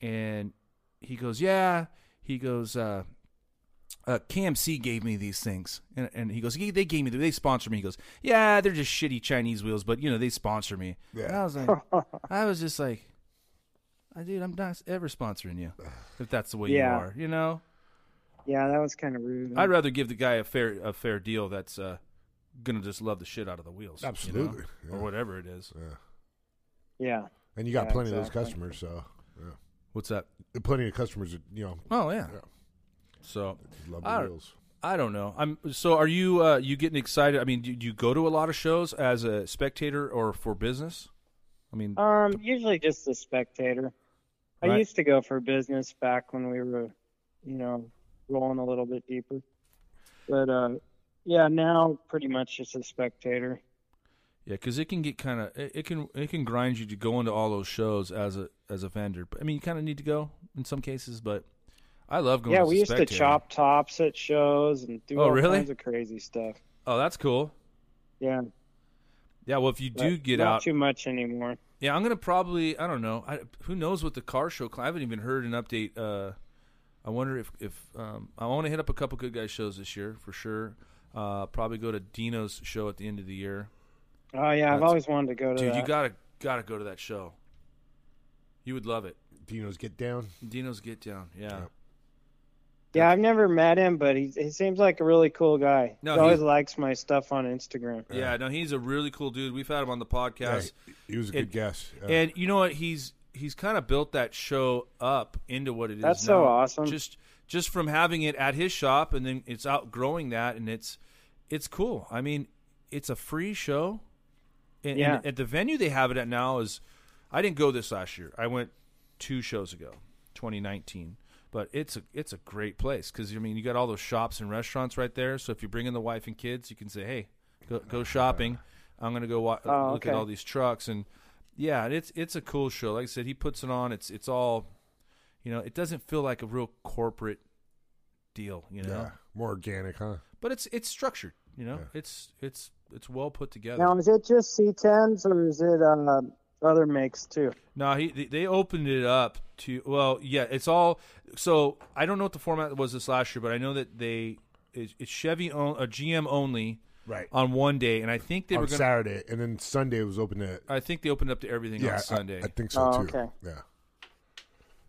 and he goes, "Yeah." He goes, uh, uh, "KMC gave me these things," and, and he goes, "Yeah, "They gave me them. They sponsor me." He goes, "Yeah, they're just shitty Chinese wheels, but you know they sponsor me."
Yeah.
And I was like, I was just like, "Uh, "Dude, I'm not ever sponsoring you if that's the way
Yeah.
you are," you know.
Yeah, that was kind of rude.
I'd rather give the guy a fair a fair deal that's uh, gonna just love the shit out of the wheels, you know,
Absolutely, yeah.
or whatever it is.
Yeah.
yeah.
And you got
Yeah,
plenty of
exactly.
those customers, so yeah.
What's that?
plenty of customers that you know
Oh yeah.
Yeah.
So
love
I
the
don't-
wheels.
I don't know. I'm so are you uh, you getting excited? I mean, do, do you go to a lot of shows as a spectator or for business? I mean,
Um, usually just the spectator. I
Right.
used to go for business back when we were, you know, rolling a little bit deeper. But uh, yeah, now pretty much just a spectator.
yeah, because it can get kind of it, it can it can grind you to go into all those shows as a as a vendor. But I mean, you kind of need to go in some cases. But I love going.
yeah,
as Oh, a
we used to
spectator.
chop tops at shows and do
Oh,
all
really?
kinds of crazy stuff.
Oh, that's cool.
Yeah,
Yeah, well, if you do
but
get
not
out,
too much anymore.
Yeah, I'm gonna probably. I don't know. I, who knows what the car show? I haven't even heard an update. Uh, I wonder if if um, I want to hit up a couple good guys shows this year for sure. Uh, probably go to Dino's show at the end of the year.
Oh yeah, I've
That's-
always wanted to go to
Dude,
that.
you gotta gotta go to that show. You would love it.
Dino's get down.
Dino's Get Down. Yeah.
Yep.
yeah, I've never met him, but he he seems like a really cool guy.
No,
he always
he-
likes my stuff on Instagram.
Yeah. No, he's a really cool dude. We've had him on the podcast.
Yeah, he- he was a
And-
good guess. Yeah.
And you know what? He's he's kind of built that show up into what it is.
That's so
now.
awesome.
Just just from having it at his shop, and then it's outgrowing that, and it's it's cool. I mean, it's a free show. And,
Yeah.
and at the venue they have it at now is, I didn't go this last year. I went two shows ago, 2019. But it's a it's a great place because I mean you got all those shops and restaurants right there. So if you're bringing the wife and kids, you can say, hey, go, go shopping. I'm gonna go wa-
Oh,
look at
okay.
all these trucks and yeah, it's it's a cool show. Like I said, he puts it on. It's it's all, you know, it doesn't feel like a real corporate deal, you know.
yeah, more organic, huh?
But it's it's structured, you know.
Yeah.
It's it's it's well put together.
Now, is it just C10s or is it uh, other makes too?
No, he they- they opened it up to well, yeah, it's all. So I don't know what the format was this last year, but I know that they it's it's Chevy on, uh, GM only
Right.
on one day, and I think they
on
were going. to
Saturday, and then Sunday was open to
I think they opened up to everything
yeah I-
on Sunday.
I, think so
Oh,
too.
okay.
Yeah.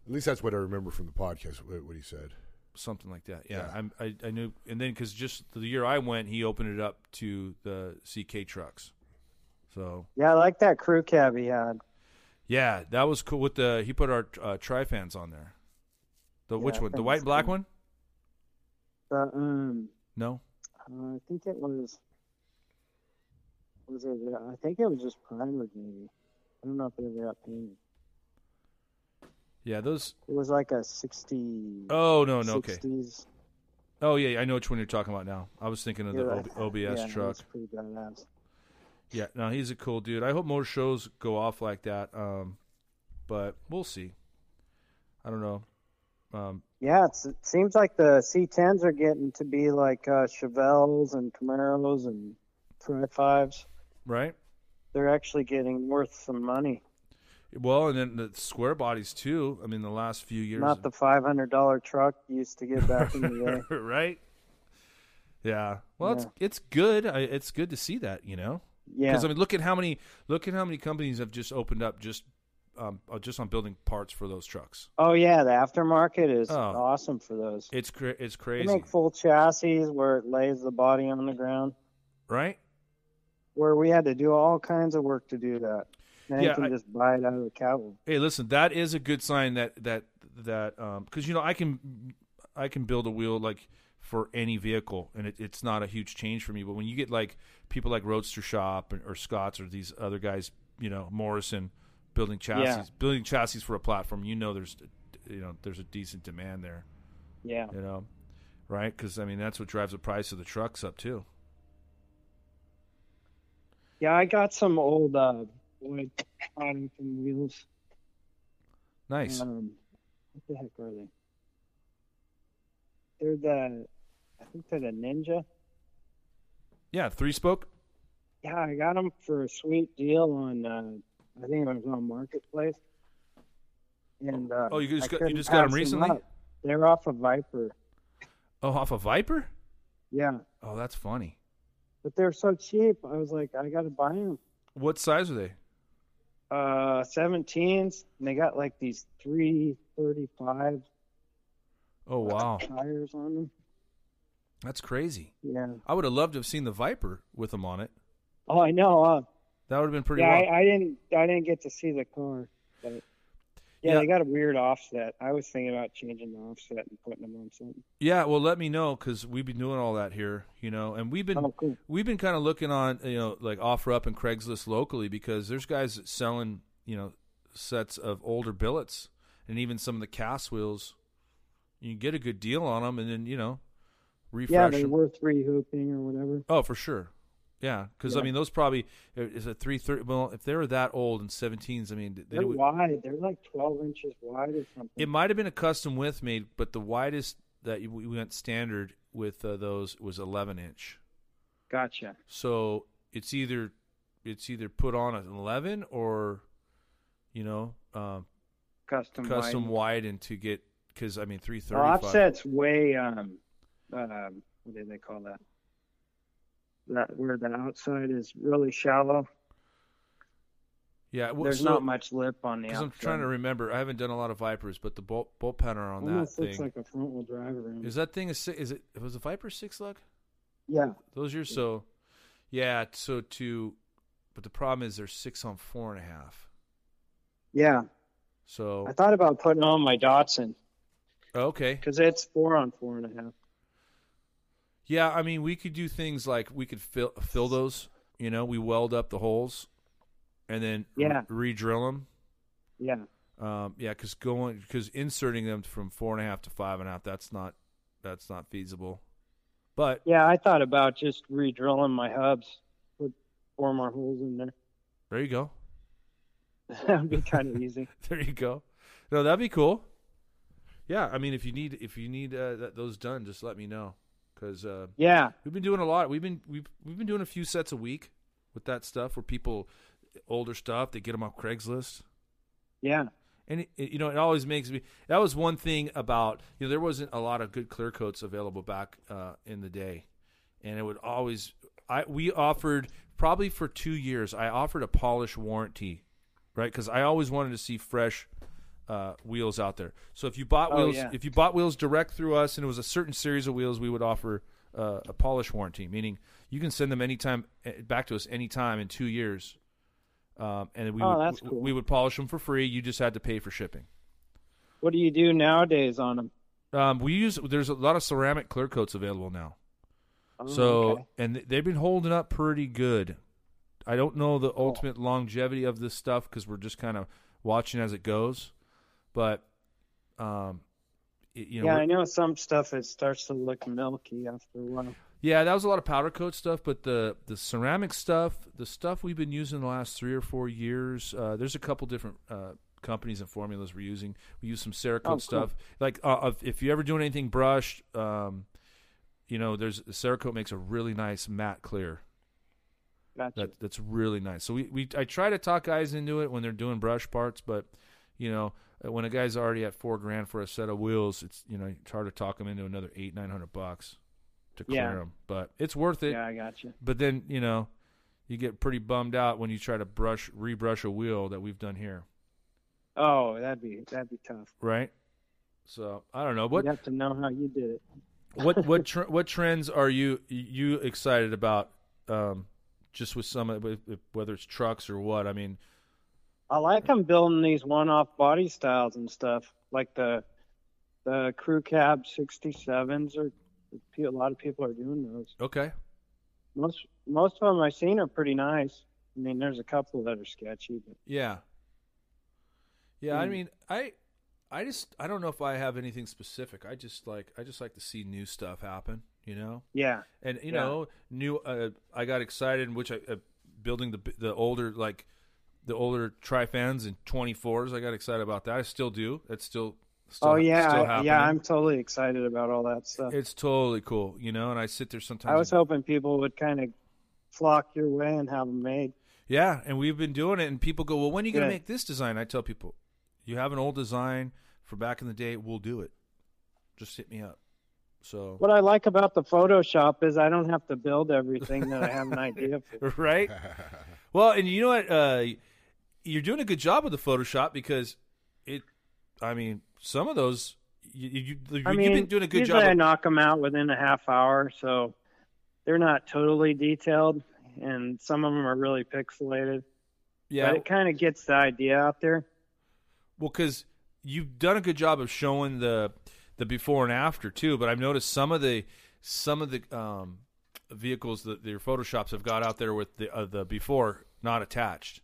At least that's what I remember from the podcast. What, what he said.
something like that. Yeah,
Yeah.
I'm, I I knew, and then because just the year I went, he opened it up to the CK trucks. So
Yeah, I like that crew cab he had.
yeah, that was cool. With the he put our uh, tri fans on there. The which
Yeah, I
one? The
think
white
it's
and black
cool.
one?
The, um,
No.
uh, I think it was. Was it? uh, I think it was just primered, maybe. I don't know if it ever got painted.
Yeah, those.
It was like a 60,
Oh no, no. Okay.
60s.
Oh yeah, yeah, I know which one you're talking about now. I was thinking of the
Yeah,
OB, OBS
yeah,
truck.
It's pretty badass.
Yeah, no, he's a cool dude. I hope more shows go off like that. Um, but we'll see. I don't know. Um,
Yeah, it's, it seems like the C10s are getting to be like uh, Chevelles and Camaros and Tri Fives.
right?
They're actually getting worth some money.
Well, and then the square bodies too. I mean, the last few years,
Not the five hundred dollar truck you used to get back in the day.
right? Yeah. Well, it's it's good. I, it's good to see that you know
Yeah,
because I mean, look at how many look at how many companies have just opened up just um, uh, just on building parts for those trucks.
Oh yeah, the aftermarket is
Oh.
awesome for those.
It's cra- it's
They
crazy,
make full chassis where it lays the body on the ground.
right?
Where we had to do all kinds of work to do that. Now
Yeah,
you can
I-
just buy it out of the catalog.
Hey, listen, that is a good sign that that that um 'cause because you know I can I can build a wheel like for any vehicle, and it, it's not a huge change for me. But when you get like people like Roadster Shop or, or Scotts or these other guys, you know Morrison building chassis,
Yeah.
building chassis for a platform, you know there's you know there's a decent demand there,
Yeah.
you know, right? Because I mean that's what drives the price of the trucks up too.
Yeah, I got some old uh wood on some wheels.
Nice.
Um, what the heck are they? They're the, I think they're the Ninja.
Yeah, three spoke.
Yeah, I got them for a sweet deal on, uh, I think it was on Marketplace. And uh,
Oh, you just
I
got- you
couldn't
just got 'em
pass
recently?
up. They're off of Viper.
Oh, off a Viper.
Yeah,
Oh, that's funny.
but they're so cheap. I was like, I gotta buy them.
What size are they?
Uh, 17s, and they got like these 335
Oh wow,
tires on them.
that's crazy.
Yeah.
I would have loved to have seen the Viper with them on it.
Oh, I know. Uh,
That would have been pretty.
yeah,
wild.
I, I didn't. I didn't get to see the car. But yeah,
Yeah.
they got a weird offset. I was thinking about changing the offset and putting them on something.
yeah. Well, let me know because we've been doing all that here, you know, and we've been
Oh, cool.
we've been kind of looking on, you know, like offer up and Craigslist locally because there's guys that selling, you know, sets of older billets and even some of the cast wheels. You can get a good deal on them, and then you know,
Yeah,
refresh
they
'em.
were three hooping or whatever.
Oh, for sure. Yeah, because I
Yeah.
mean, those probably uh, is a three thirty. Well, if they were that old in seventeens, I mean, they
They're
would,
wide. They're like twelve inches wide or something.
It might have been a custom with me, but the widest that we went standard with uh, those was 11 inch.
gotcha.
So it's either it's either put on an 11 or you know um,
Custom.
custom
wide.
widened to get because I mean
The
335.
offset's way. Um, um, what do they call that? That where the outside is really shallow.
Yeah, well,
There's
so-
not much lip on the
Because
outside.
I'm trying to remember, I haven't done a lot of Vipers, but the bolt bolt pattern on that
Almost
thing
looks like a front wheel drive around.
is that thing a si- is it was a Viper six lug?
yeah.
Those years, so yeah, so to, but the problem is they're six on four and a half.
Yeah.
So
I thought about putting on my Datsun
okay,
because it's four on four and a half.
Yeah, I mean, we could do things like we could fill fill those. You know, we weld up the holes, and then
Yeah.
re- re-drill them.
Yeah,
Um, yeah, because going because inserting them from four and a half to five and a half that's not that's not feasible. But
yeah. I thought about just re-drilling my hubs, put four more holes in there.
there you go,
That'd be kind of easy.
there you go. No, that'd be cool. Yeah, I mean, if you need if you need uh, th- those done, just let me know because uh,
Yeah,
We've been doing a lot. We've been we've we've been doing a few sets a week with that stuff where people older stuff they get them off Craigslist.
yeah,
And it, it- you know, it always makes me. That was one thing about you know there wasn't a lot of good clear coats available back uh, in the day, and it would always. I we offered probably for two years. I offered a polish warranty, right? Because I always wanted to see fresh uh, wheels out there. So if you bought
Oh,
wheels,
yeah.
if you bought wheels direct through us, and it was a certain series of wheels, we would offer uh, a polish warranty, meaning you can send them anytime eh, back to us anytime in two years. Um, and we
Oh,
would,
that's
we-
cool.
we would polish them for free. You just had to pay for shipping.
What do you do nowadays on them?
Um, we use there's a lot of ceramic clear coats available now.
Oh,
so
okay.
and th- they've been holding up pretty good. I don't know the
Oh.
ultimate longevity of this stuff because we're just kind of watching as it goes. But um, it- you know,
yeah,
we're-
I know some stuff it starts to look milky after a while.
Yeah, that was a lot of powder coat stuff, but the the ceramic stuff, the stuff we've been using the last three or four years, uh, there's a couple different uh, companies and formulas we're using. We use some Cerakote
Oh, cool.
stuff. Like uh, if- if you're ever doing anything brushed, um, you know, there's Cerakote makes a really nice matte clear.
Gotcha.
That that's really nice. So we, we I try to talk guys into it when they're doing brush parts, but you know uh, when a guy's already at four grand for a set of wheels, it's you know it's hard to talk them into another eight nine hundred bucks to clear
Yeah.
them. But it's worth it.
yeah, I gotcha.
But then you know you get pretty bummed out when you try to brush rebrush a wheel that we've done here.
Oh, that'd be that'd be tough.
right? So I don't know what
You'd have to know how you did it.
what what tr what trends are you you excited about? Um, just with some with- with- whether it's trucks or what. I mean,
I like them building these one-off body styles and stuff, like the the crew cab 67s. Or a lot of people are doing those.
okay,
Most most of them I've seen are pretty nice. I mean, there's a couple that are sketchy, but
yeah, yeah. I
Mm.
mean, I I just I don't know if I have anything specific. I just like I just like to see new stuff happen. You know,
yeah,
and you
Yeah.
know new uh, i got excited which i uh, building the the older like the older trifans and 24s i got excited about that i still do that's still, still
oh yeah,
still
I-
happening.
yeah. I'm totally excited about all that stuff.
it's totally cool you know and i sit there sometimes
I was
and-
hoping people would kind of flock your way and have them made.
yeah and we've been doing it and people go well when are you going to
Good.
make this design i tell people you have an old design from back in the day we'll do it just hit me up so
What I like about the Photoshop is I don't have to build everything that I have an idea for.
right Well, and you know what? Uh, you're doing a good job with the Photoshop because it. I mean, some of those you, you, you
I
have
mean,
been doing a good
usually
job.
I
of-
knock them out within a half hour, so they're not totally detailed, and some of them are really pixelated.
yeah,
but it kind of gets the idea out there.
well, because you've done a good job of showing the the before and after too. But I've noticed some of the some of the um, vehicles that their photoshops have got out there with the uh, the before not attached.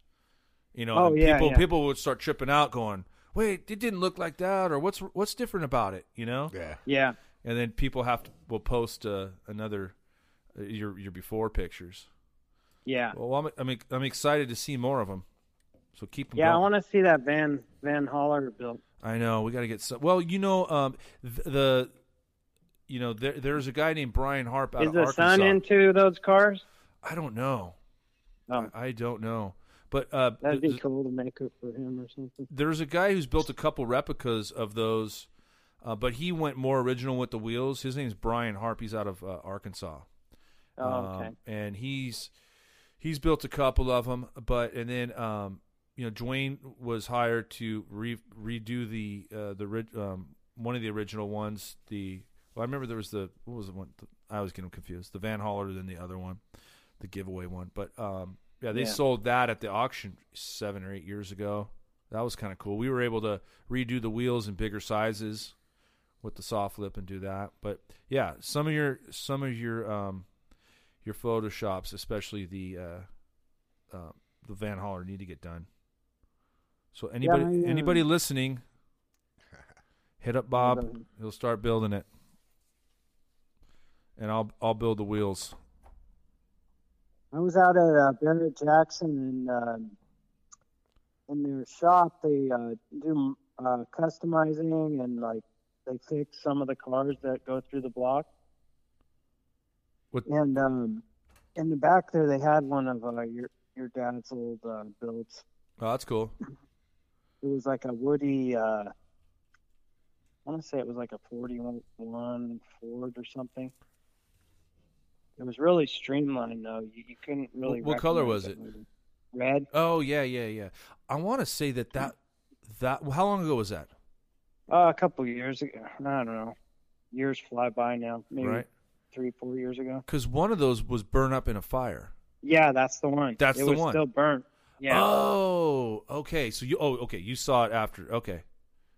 You know,
Oh,
and
yeah,
people
yeah.
people would start tripping out, going, "Wait, it didn't look like that," or "What's what's different about it?" You know.
yeah.
Yeah,
and then people have to will post uh, another uh, your your before pictures.
yeah,
Well, I'm I'm ex- I'm excited to see more of them. So keep them
yeah. I
going.
want to see that Van Van Holler built.
I know we got to get some. Well, you know, um, th- the you know there there's a guy named Brian Harp out
Is
of
the
Arkansas.
sun into those cars?
I don't know.
Oh,
I don't know. But uh,
that'd be
th-
cool to make it for him or something.
there's a guy who's built a couple replicas of those, uh, but he went more original with the wheels. His name's Brian Harp. He's out of uh, Arkansas.
Oh, okay.
Um, and he's he's built a couple of them, but and then um, you know Dwayne was hired to re- redo the uh, the ri- um, one of the original ones. The well, I remember there was the what was the one I always get them confused. The Van Holler than the other one, the giveaway one. But um, yeah, they
Yeah.
sold that at the auction seven or eight years ago. That was kind of cool. We were able to redo the wheels in bigger sizes with the soft lip and do that. But yeah, some of your some of your um, your photoshops, especially the uh, uh, the Van Holler, need to get done. So anybody
I, uh,
anybody listening, hit up Bob.
done.
He'll start building it, and I'll I'll build the wheels.
I was out at uh, Barrett Jackson and um in their shop they uh, do uh, customizing and like they fix some of the cars that go through the block.
What-
And um, in the back there they had one of uh, your your dad's old uh, builds.
Oh, that's cool.
It was like a Woody. Uh, I want to say it was like a 41 Ford or something. It was really streamlined though. You, you couldn't really.
What- what color
recognize
was it?
really. Red.
Oh yeah, yeah, yeah. I want to say that that that how long ago was that?
Uh, a couple years ago. I don't know. Years fly by now. Maybe
Right?
three, four years ago.
Because one of those was burnt up in a fire.
Yeah, that's the one.
That's
it
the
was
one.
Still burnt. Yeah.
Oh, okay. So you oh okay you saw it after okay.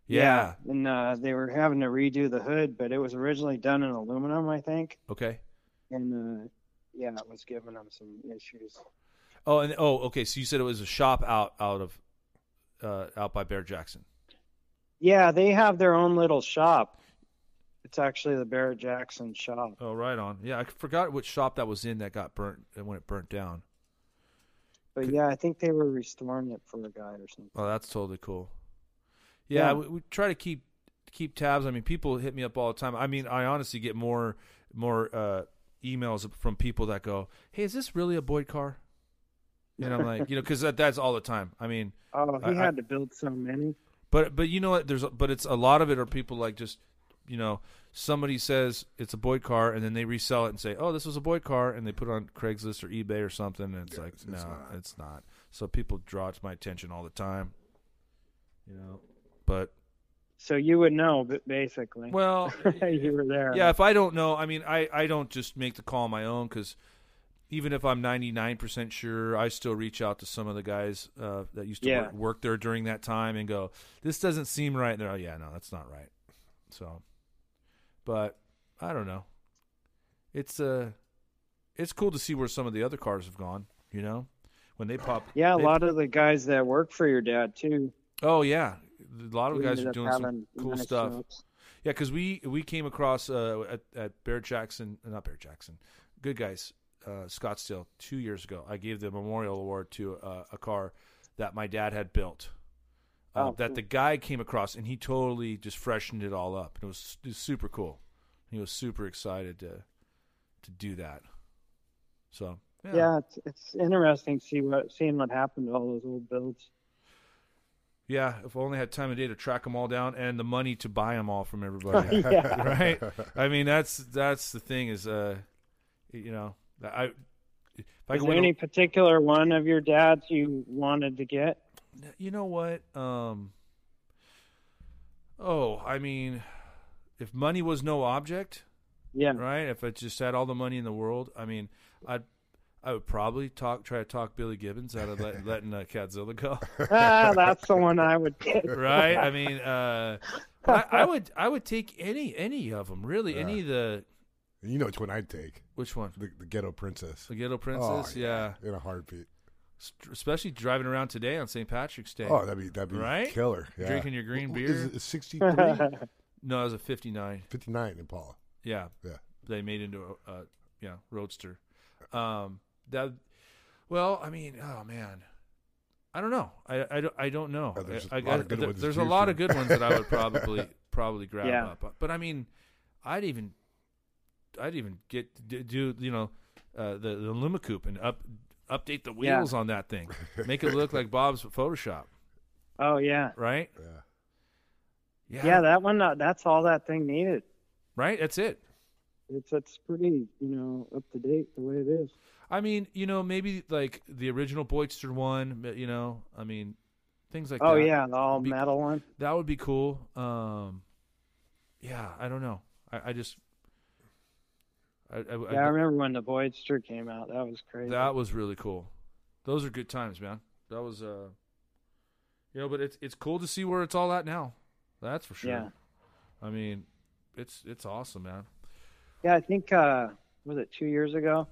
Yeah.
And uh, they were having to redo the hood, but it was originally done in aluminum, I think.
Okay.
And uh, yeah, it was giving them some issues.
Oh and oh okay. So you said it was a shop out out of uh out by Bear Jackson.
Yeah, they have their own little shop. It's actually the Barrett Jackson shop.
Oh right on. Yeah, I forgot which shop that was in that got burnt when it burnt down.
But yeah, I think they were restoring it for a guy or something.
Oh, that's totally cool. Yeah,
Yeah.
We, we try to keep keep tabs. I mean, people hit me up all the time. I mean, I honestly get more more uh, emails from people that go, "Hey, is this really a Boyd car?" And I'm like, you know, because that, that's all the time. I mean,
Oh, he
I- I-
had to build so many.
but but you know what? There's but it's a lot of it are people like just you know somebody says it's a Boyd car and then they resell it and say, "Oh, this was a Boyd car," and they put it on Craigslist or eBay or something, and it's
Yeah,
like,
it's-
no,
it's not.
it's not. So people draw it to my attention all the time. you know. But
So you would know, but basically,
well,
you were there.
yeah. If I don't know, I mean, I I don't just make the call on my own because even if I'm 99 percent sure, I still reach out to some of the guys uh, that used to
Yeah.
work, work there during that time and go, "This doesn't seem right." And they're, "Oh yeah, no, that's not right." So, but I don't know. It's uh, it's cool to see where some of the other cars have gone. You know, when they pop.
Yeah, a
they-
lot of the guys that work for your dad too.
Oh yeah, a lot of
we
guys
ended
are
up
doing some
having
cool
nice
stuff.
jobs.
Yeah, because we we came across uh, at at Bear Jackson, uh, not Bear Jackson, good guys, uh, Scottsdale two years ago. I gave the memorial award to uh, a car that my dad had built. Uh,
Oh,
that
cool.
the guy came across and he totally just freshened it all up. It was, it was super cool. He was super excited to to do that. So
Yeah, it's, it's interesting to see what seeing what happened to all those old builds.
Yeah, if I only had time of day to track them all down and the money to buy them all from everybody,
Yeah.
right? I mean, that's that's the thing is, uh, you know, I if I
Is there
could win,
any particular one of your dad's you wanted to get?
a- you know what? Um, oh, I mean, if money was no object,
Yeah,
right? If I just had all the money in the world, I mean, I'd I would probably talk try to talk Billy Gibbons out of let, letting uh, Cadzilla go.
ah, that's the one I would get.
right? I mean, uh, I, I would I would take any any of them really. Any of the
You know which one I'd take
which one?
the, the ghetto princess.
The Ghetto
Oh,
Princess, yeah.
in a heartbeat.
St- Especially driving around today on St. Patrick's Day,
Oh, that'd be that'd be
Right?
killer. Yeah.
drinking your green
W- Is
beer.
it 63?
No, it was a '59.
59 Impala.
Yeah,
Yeah.
they made into a, a yeah roadster. Um, that well, I mean, oh man, I don't know. I I don't, I don't know.
Oh, there's
I-
a
I
lot of
guess-
good
there-
ones
there's
too,
a lot of
sure.
good ones that I would probably probably grab
Yeah.
up. But, I mean, I'd even I'd even get d- do you know uh, the the Lumicoup and up update the
Yeah.
wheels on that thing, make it look like Bob's Photoshop,
Oh yeah,
right?
Yeah.
Yeah,
yeah, that one. uh, That's all that thing needed.
right. That's it.
It's it's pretty, you know, up to date the way it is.
I mean, you know, maybe like the original Boydster one, you know, I mean, things like
Oh
that.
yeah, the all
Be-
metal one.
That would be cool. Um, yeah, I don't know. I, I just, I, I, I-
Yeah, I remember when the Voidster came out. That was crazy.
uh, that was really cool. Those are good times, man. That was, uh, you know, but it's, it's cool to see where it's all at now. That's for sure.
Yeah.
I mean, it's, it's awesome, man.
Yeah, I think uh was it two years ago?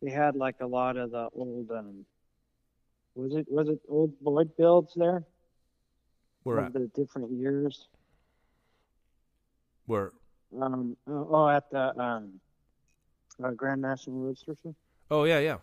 They had like a lot of the old um was it was it old Boyd builds there?
We're
Of
at,
the different years.
where,
Um oh oh, at the um uh, Grand National Roadster Show.
oh, yeah, yeah.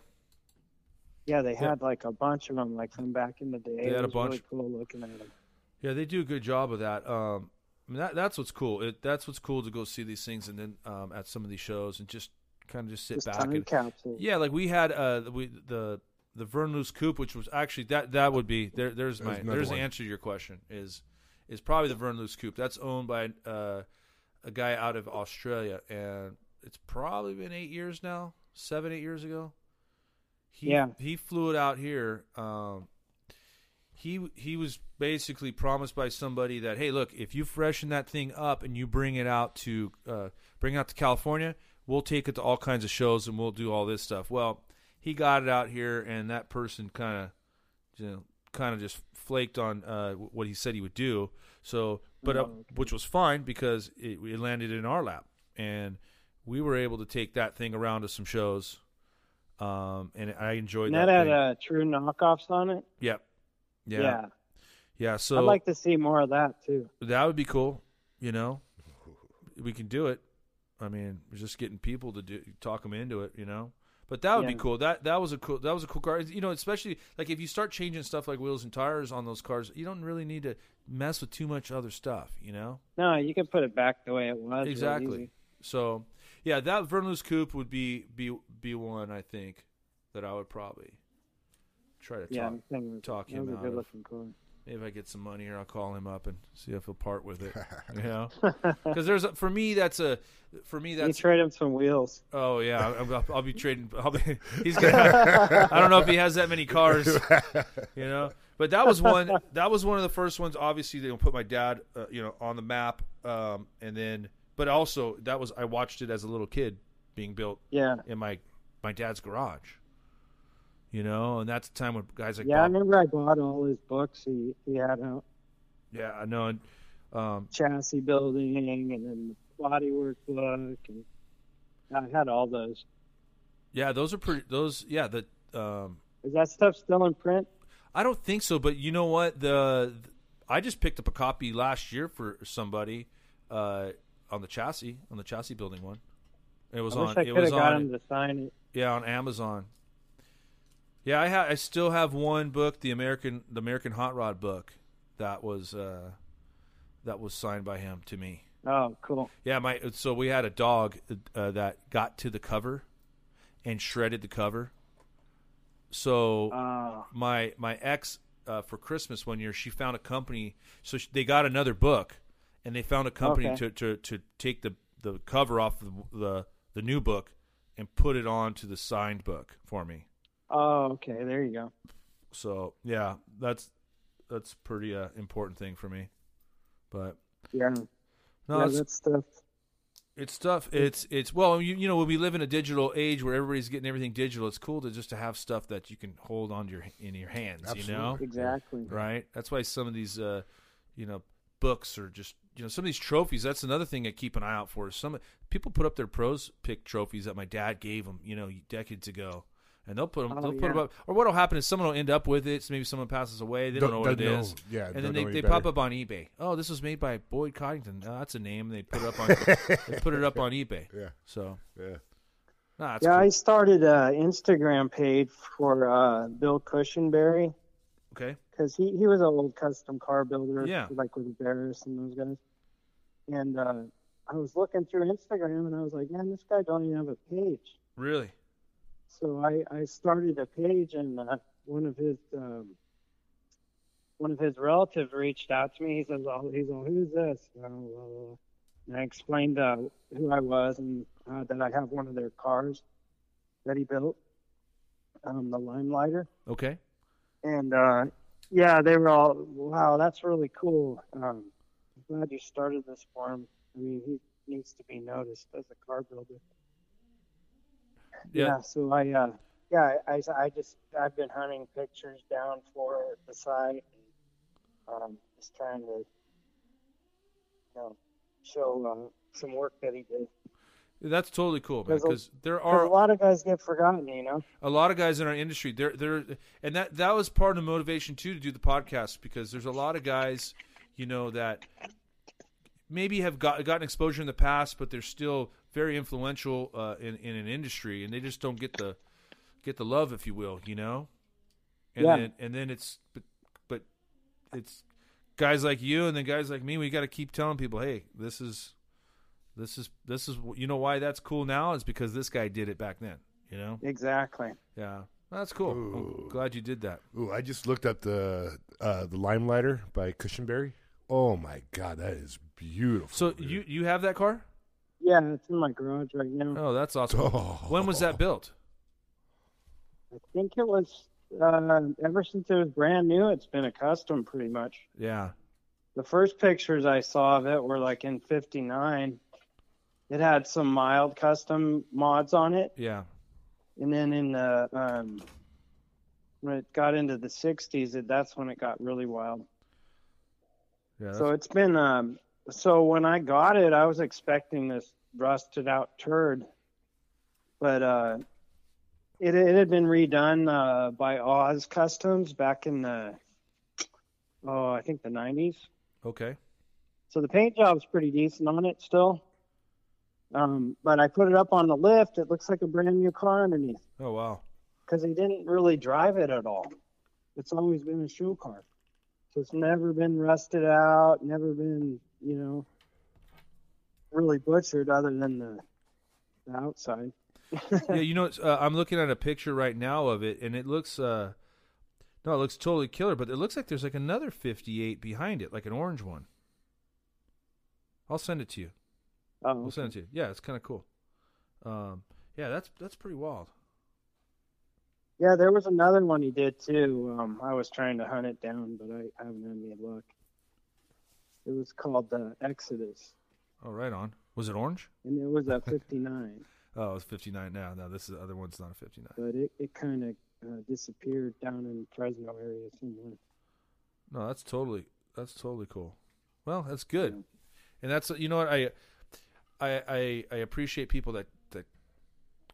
Yeah, they had like a bunch of them like from back in the day.
They
it
had a
was really
bunch.
cool looking at them.
Yeah, they do a good job of that. Um, I mean, that that's what's cool. It, that's what's cool to go see these things and then um, at some of these shows and just kind of just sit
Just
back.
time
and-
capsules.
yeah, like we had uh, we the the Vern Loose Coupe, which was actually that that would be there. There's my
There's another
there's the
one.
answer to your question is is probably the Vern Loose Coupe. That's owned by uh, a guy out of Australia, and it's probably been eight years now, seven eight years ago. He,
Yeah.
he flew it out here. Um, he he was basically promised by somebody that hey, look, if you freshen that thing up and you bring it out to uh, bring it out to California, we'll take it to all kinds of shows and we'll do all this stuff. Well, he got it out here, and that person kind of you know, kind of just flaked on uh, w- what he said he would do. So, but
Oh,
uh, which was fine because it, it landed in our lap, and we were able to take that thing around to some shows. Um, and I enjoyed
And
that.
that had
thing.
uh, true knockoffs on it.
yep. Yeah. yeah,
yeah.
So
I'd like to see more of that too.
that would be cool. You know, we can do it. I mean, we're just getting people to do talk them into it. You know, but that would be
Yeah.
cool. That that was a cool that was a cool car. You know, especially like if you start changing stuff like wheels and tires on those cars, you don't really need to mess with too much other stuff. You know,
No, you can put it back the way it was. real
exactly.
easy.
So yeah, that Vernon's coupe would be be be one I think that I would probably try to
Yeah,
talk
I'm thinking
talk
that
him
was a
out of-
good looking car.
maybe if I get some money here, I'll call him up and see if he'll part with it. You know, because there's a, for me that's a for me
You
that's
trade him some wheels.
oh yeah I'll, I'll, I'll be trading. I'll be, he's gonna, I don't know if he has that many cars, you know. But that was one that was one of the first ones. Obviously, they put my dad uh, you know on the map, um, and then but also that was I watched it as a little kid being built
Yeah.
in my my dad's garage. You know, and that's the time when guys like
Yeah, I
Bob-
remember I bought all his books. He he had a
yeah, I know, and um,
chassis building and then the bodywork book, and I had all those.
yeah, those are pretty. Those, yeah, the um,
Is that stuff still in print?
I don't think so, but you know what? The, I just picked up a copy last year for somebody uh, on the chassis on the chassis building one. It was
I wish
on.
I
it
could
was
have got
on.
him to sign it.
Yeah, on Amazon. Yeah, I ha- I still have one book, the American the American Hot Rod book, that was uh, that was signed by him to me.
Oh, cool.
Yeah, my so we had a dog uh, that got to the cover and shredded the cover. So
Uh,
my my ex uh, for Christmas one year, she found a company. So she, they got another book, and they found a company
Okay.
to, to to take the the cover off the, the the new book and put it on to the signed book for me.
oh, okay. There you go.
So yeah, that's that's pretty uh, important thing for me. But
Yeah,
no,
yeah
it's,
that stuff.
It's tough. It's it's well, you you know, when we live in a digital age where everybody's getting everything digital, it's cool to just to have stuff that you can hold on to your in your hands, you know,
Absolutely.
Exactly.
right? That's why some of these, uh, you know, books or just you know some of these trophies. That's another thing I keep an eye out for. Some people put up their pros pick trophies that my dad gave them, you know, decades ago. And they'll put them.
Oh,
they'll put
yeah.
'em up. Or what'll happen is someone will end up with it. So maybe someone passes away. They don't,
Don't-
know what it
don't know.
is.
Yeah,
And
don't
then they,
know any
they
better.
pop up on eBay. Oh, this was made by Boyd Coddington. Oh, that's a name. They put it up on. they put it up on eBay.
Yeah.
So
Yeah.
nah, that's
yeah, I
cool.
started a Instagram page for uh, Bill Cushenberry
okay.
because he, he was an old custom car builder,
Yeah.
like with Barris and those guys. And uh, I was looking through Instagram and I was like, man, this guy don't even have a page.
Really.
So I, I started a page and uh, one of his um, one of his relatives reached out to me. He says, oh, he's all, who's this? And I, was, "Uh," and I explained uh, who I was and uh, that I have one of their cars that he built, um, the Limelighter.
Okay.
And uh, yeah, they were all, wow, that's really cool. Um, I'm glad you started this for him. I mean, he needs to be noticed as a car builder.
Yeah.
Yeah. so I, uh, yeah, I, I- I just, I've been hunting pictures down for the site and um, just trying to, you know, show uh, some work that he did.
That's totally cool, man.
'Cause a-
Because there
'Cause
are
a lot of guys get forgotten, you know?
a lot of guys in our industry they're they're and that that was part of the motivation too to do the podcast because there's a lot of guys you know that maybe have got, gotten exposure in the past but they're still very influential uh, in in an industry and they just don't get the get the love if you will you know and
Yeah.
then and then it's but but it's guys like you and then guys like me we got to keep telling people hey this is this is this is you know why that's cool now is because this guy did it back then you know
Exactly.
yeah, that's cool. I'm glad you did that.
Ooh, I just looked up the uh, the Limelighter by Cushionberry. Oh my god, that is beautiful.
So
dude.
you you have that car?
Yeah, it's in my garage right now.
Oh, that's awesome.
Oh.
When was that built?
I think it was, uh, ever since it was brand new, it's been a custom pretty much.
Yeah.
the first pictures I saw of it were like in '59. It had some mild custom mods on it,
Yeah.
and then in the um, when it got into the '60s, it, that's when it got really wild.
Yeah.
So
that's-
it's been um, so when I got it, I was expecting this rusted out turd, but uh, it it had been redone uh, by Oz Customs back in the oh I think the '90s.
okay.
So the paint job's pretty decent on it still. Um, but I put it up on the lift. It looks like a brand new car underneath
Oh wow.
because he didn't really drive it at all. It's always been a show car. So it's never been rusted out, never been, you know, really butchered other than the, the outside.
yeah. You know, it's, uh, I'm looking at a picture right now of it, and it looks. Uh, No, it looks totally killer, but it looks like there's like another 58 behind it, like an orange one. I'll send it to you.
Oh,
We'll send it to you. Yeah, it's kind of cool. Um, yeah, that's that's pretty wild.
yeah, there was another one he did too. Um, I was trying to hunt it down, but I haven't had any luck. It was called the Exodus,
Oh, right on. Was it orange?
and it was a 59,
Oh, it's 59 now. No, this is the other one's not a 59.
but it, it kind of uh, disappeared down in Fresno area somewhere.
No, that's totally that's totally cool. Well, that's good, and that's you know what I, I I I appreciate people that that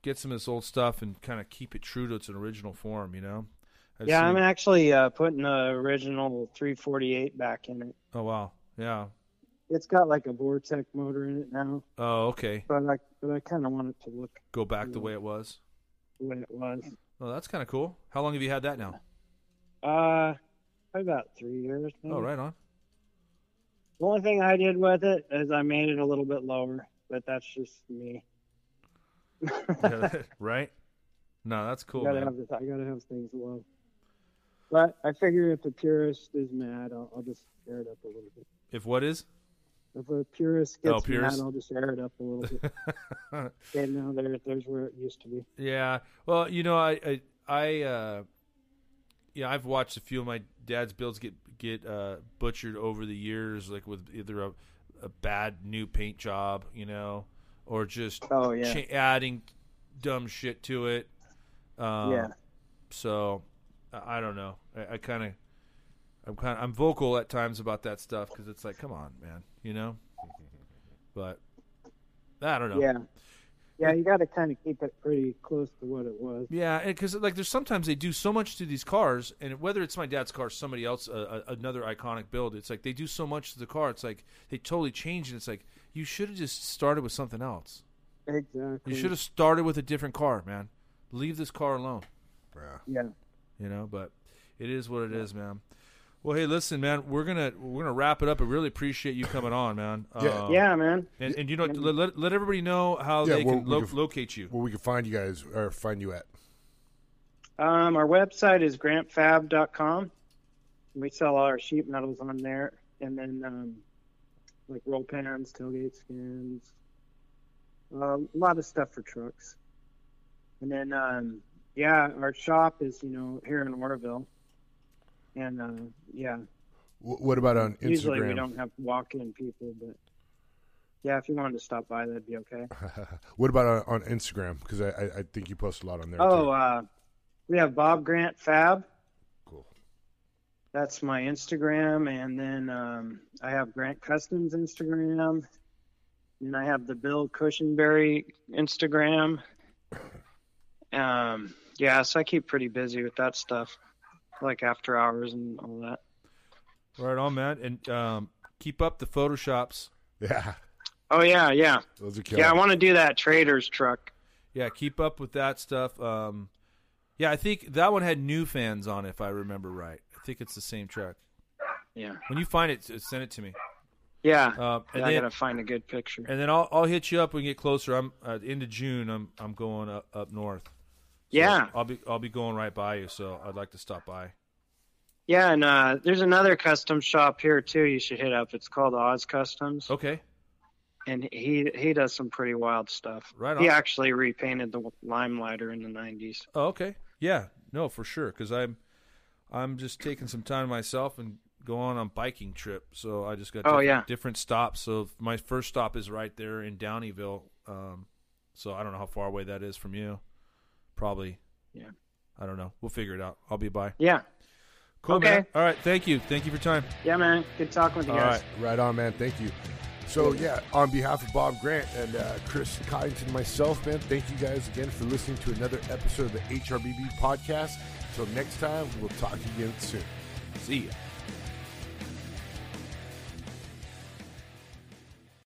get some of this old stuff and kind of keep it true to its original form. You know. I've
yeah, I'm
seen-
actually uh, putting the original 348 back in it.
Oh wow. Yeah.
It's got like a Vortec motor in it now,
Oh okay.
but I but I kind of want it to look
Go back the way it was.
the way it was.
Oh, that's kind of cool. How long have you had that now?
Uh, probably about three years.
Oh,
maybe.
right on.
The only thing I did with it is I made it a little bit lower, but that's just me.
right. No, that's cool.
I gotta
man.
have this, I gotta have things low. But I figure if the purist is mad, I'll, I'll just air it up a little bit.
If what is?
If a purist
Oh,
gets
purist.
mad, I'll just air it up a little bit. okay, now there, there's where it used to be.
Yeah. Well, you know, I, I, I uh, yeah, I've watched a few of my dad's builds get get uh, butchered over the years, like with either a, a bad new paint job, you know, or just
Oh yeah,
cha- adding dumb shit to it. Um,
yeah.
So I, I don't know. I, I kind of. I'm kind of, I'm vocal at times about that stuff because it's like, come on, man, you know. But I don't know.
Yeah. Yeah, you got to kind of keep it pretty close to what it was.
Yeah, because like there's sometimes they do so much to these cars, and whether it's my dad's car, somebody else, uh, uh, another iconic build, it's like they do so much to the car. It's like they totally changed it. It's like you should have just started with something else.
Exactly.
You should have started with a different car, man. Leave this car alone,
Yeah.
Yeah.
you know. But it is what it is, man. Well, hey, listen, man. We're gonna we're gonna wrap it up. I really appreciate you coming on, man.
Yeah.
Uh,
yeah, man.
And, and you know, let, let, let everybody know how
Yeah,
they
well,
can
we
lo-
can f-
locate you.
Where we can find you guys or find you at.
Um, our website is grantfab.com. We sell all our sheet metals on there, and then um, like roll pans, tailgate skins, uh, a lot of stuff for trucks. And then, um, yeah, our shop is you know here in Oroville, and uh, yeah,
Wh- What about on Instagram?
usually we don't have walk-in people, but yeah, if you wanted to stop by, that'd be okay.
what about on, on Instagram? Because I, I, I think you post a lot on there.
Oh,
too.
uh, we have Bob Grant Fab.
cool.
That's my Instagram, and then um, I have Grant Customs Instagram, and I have the Bill Cushionberry Instagram. Um, yeah, so I keep pretty busy with that stuff, like after hours and all that.
Right on, man. And um, keep up the photoshops.
Yeah,
Oh yeah, yeah,
those are killer.
yeah. I want to do that trader's truck.
Yeah, keep up with that stuff. Um, yeah, I think that one had new fans on, if I remember right. I think it's the same track.
Yeah,
When you find it, s- send it to me.
yeah.
Uh, and,
I
then,
gotta find a good picture.
and then I'll, I'll hit you up when we get closer. I'm uh, into June. I'm I'm going up, up north. So
yeah,
I'll be I'll be going right by you. So I'd like to stop by.
yeah. And uh, there's another custom shop here too. You should hit up. It's called Oz Customs.
Okay,
and he he does some pretty wild stuff.
Right
He
on.
actually repainted the limelighter in the '90s.
Oh, okay. Yeah. No, for sure. Because I'm, I'm just taking some time myself and going on a biking trip. So I just got
Oh,
different,
yeah.
different stops. So my first stop is right there in Downeyville. Um, so I don't know how far away that is from you. Probably.
Yeah.
I don't know. We'll figure it out. I'll be by.
Yeah,
Cool,
Okay.
man. All right. Thank you. Thank you for your time.
yeah, man. Good talking with you
All
guys.
right.
Right on, man. Thank you. So, yeah, on behalf of Bob Grant and uh, Chris Coddington and myself, man, thank you guys again for listening to another episode of the HRBB podcast. Till next time, we'll talk again soon.
See ya.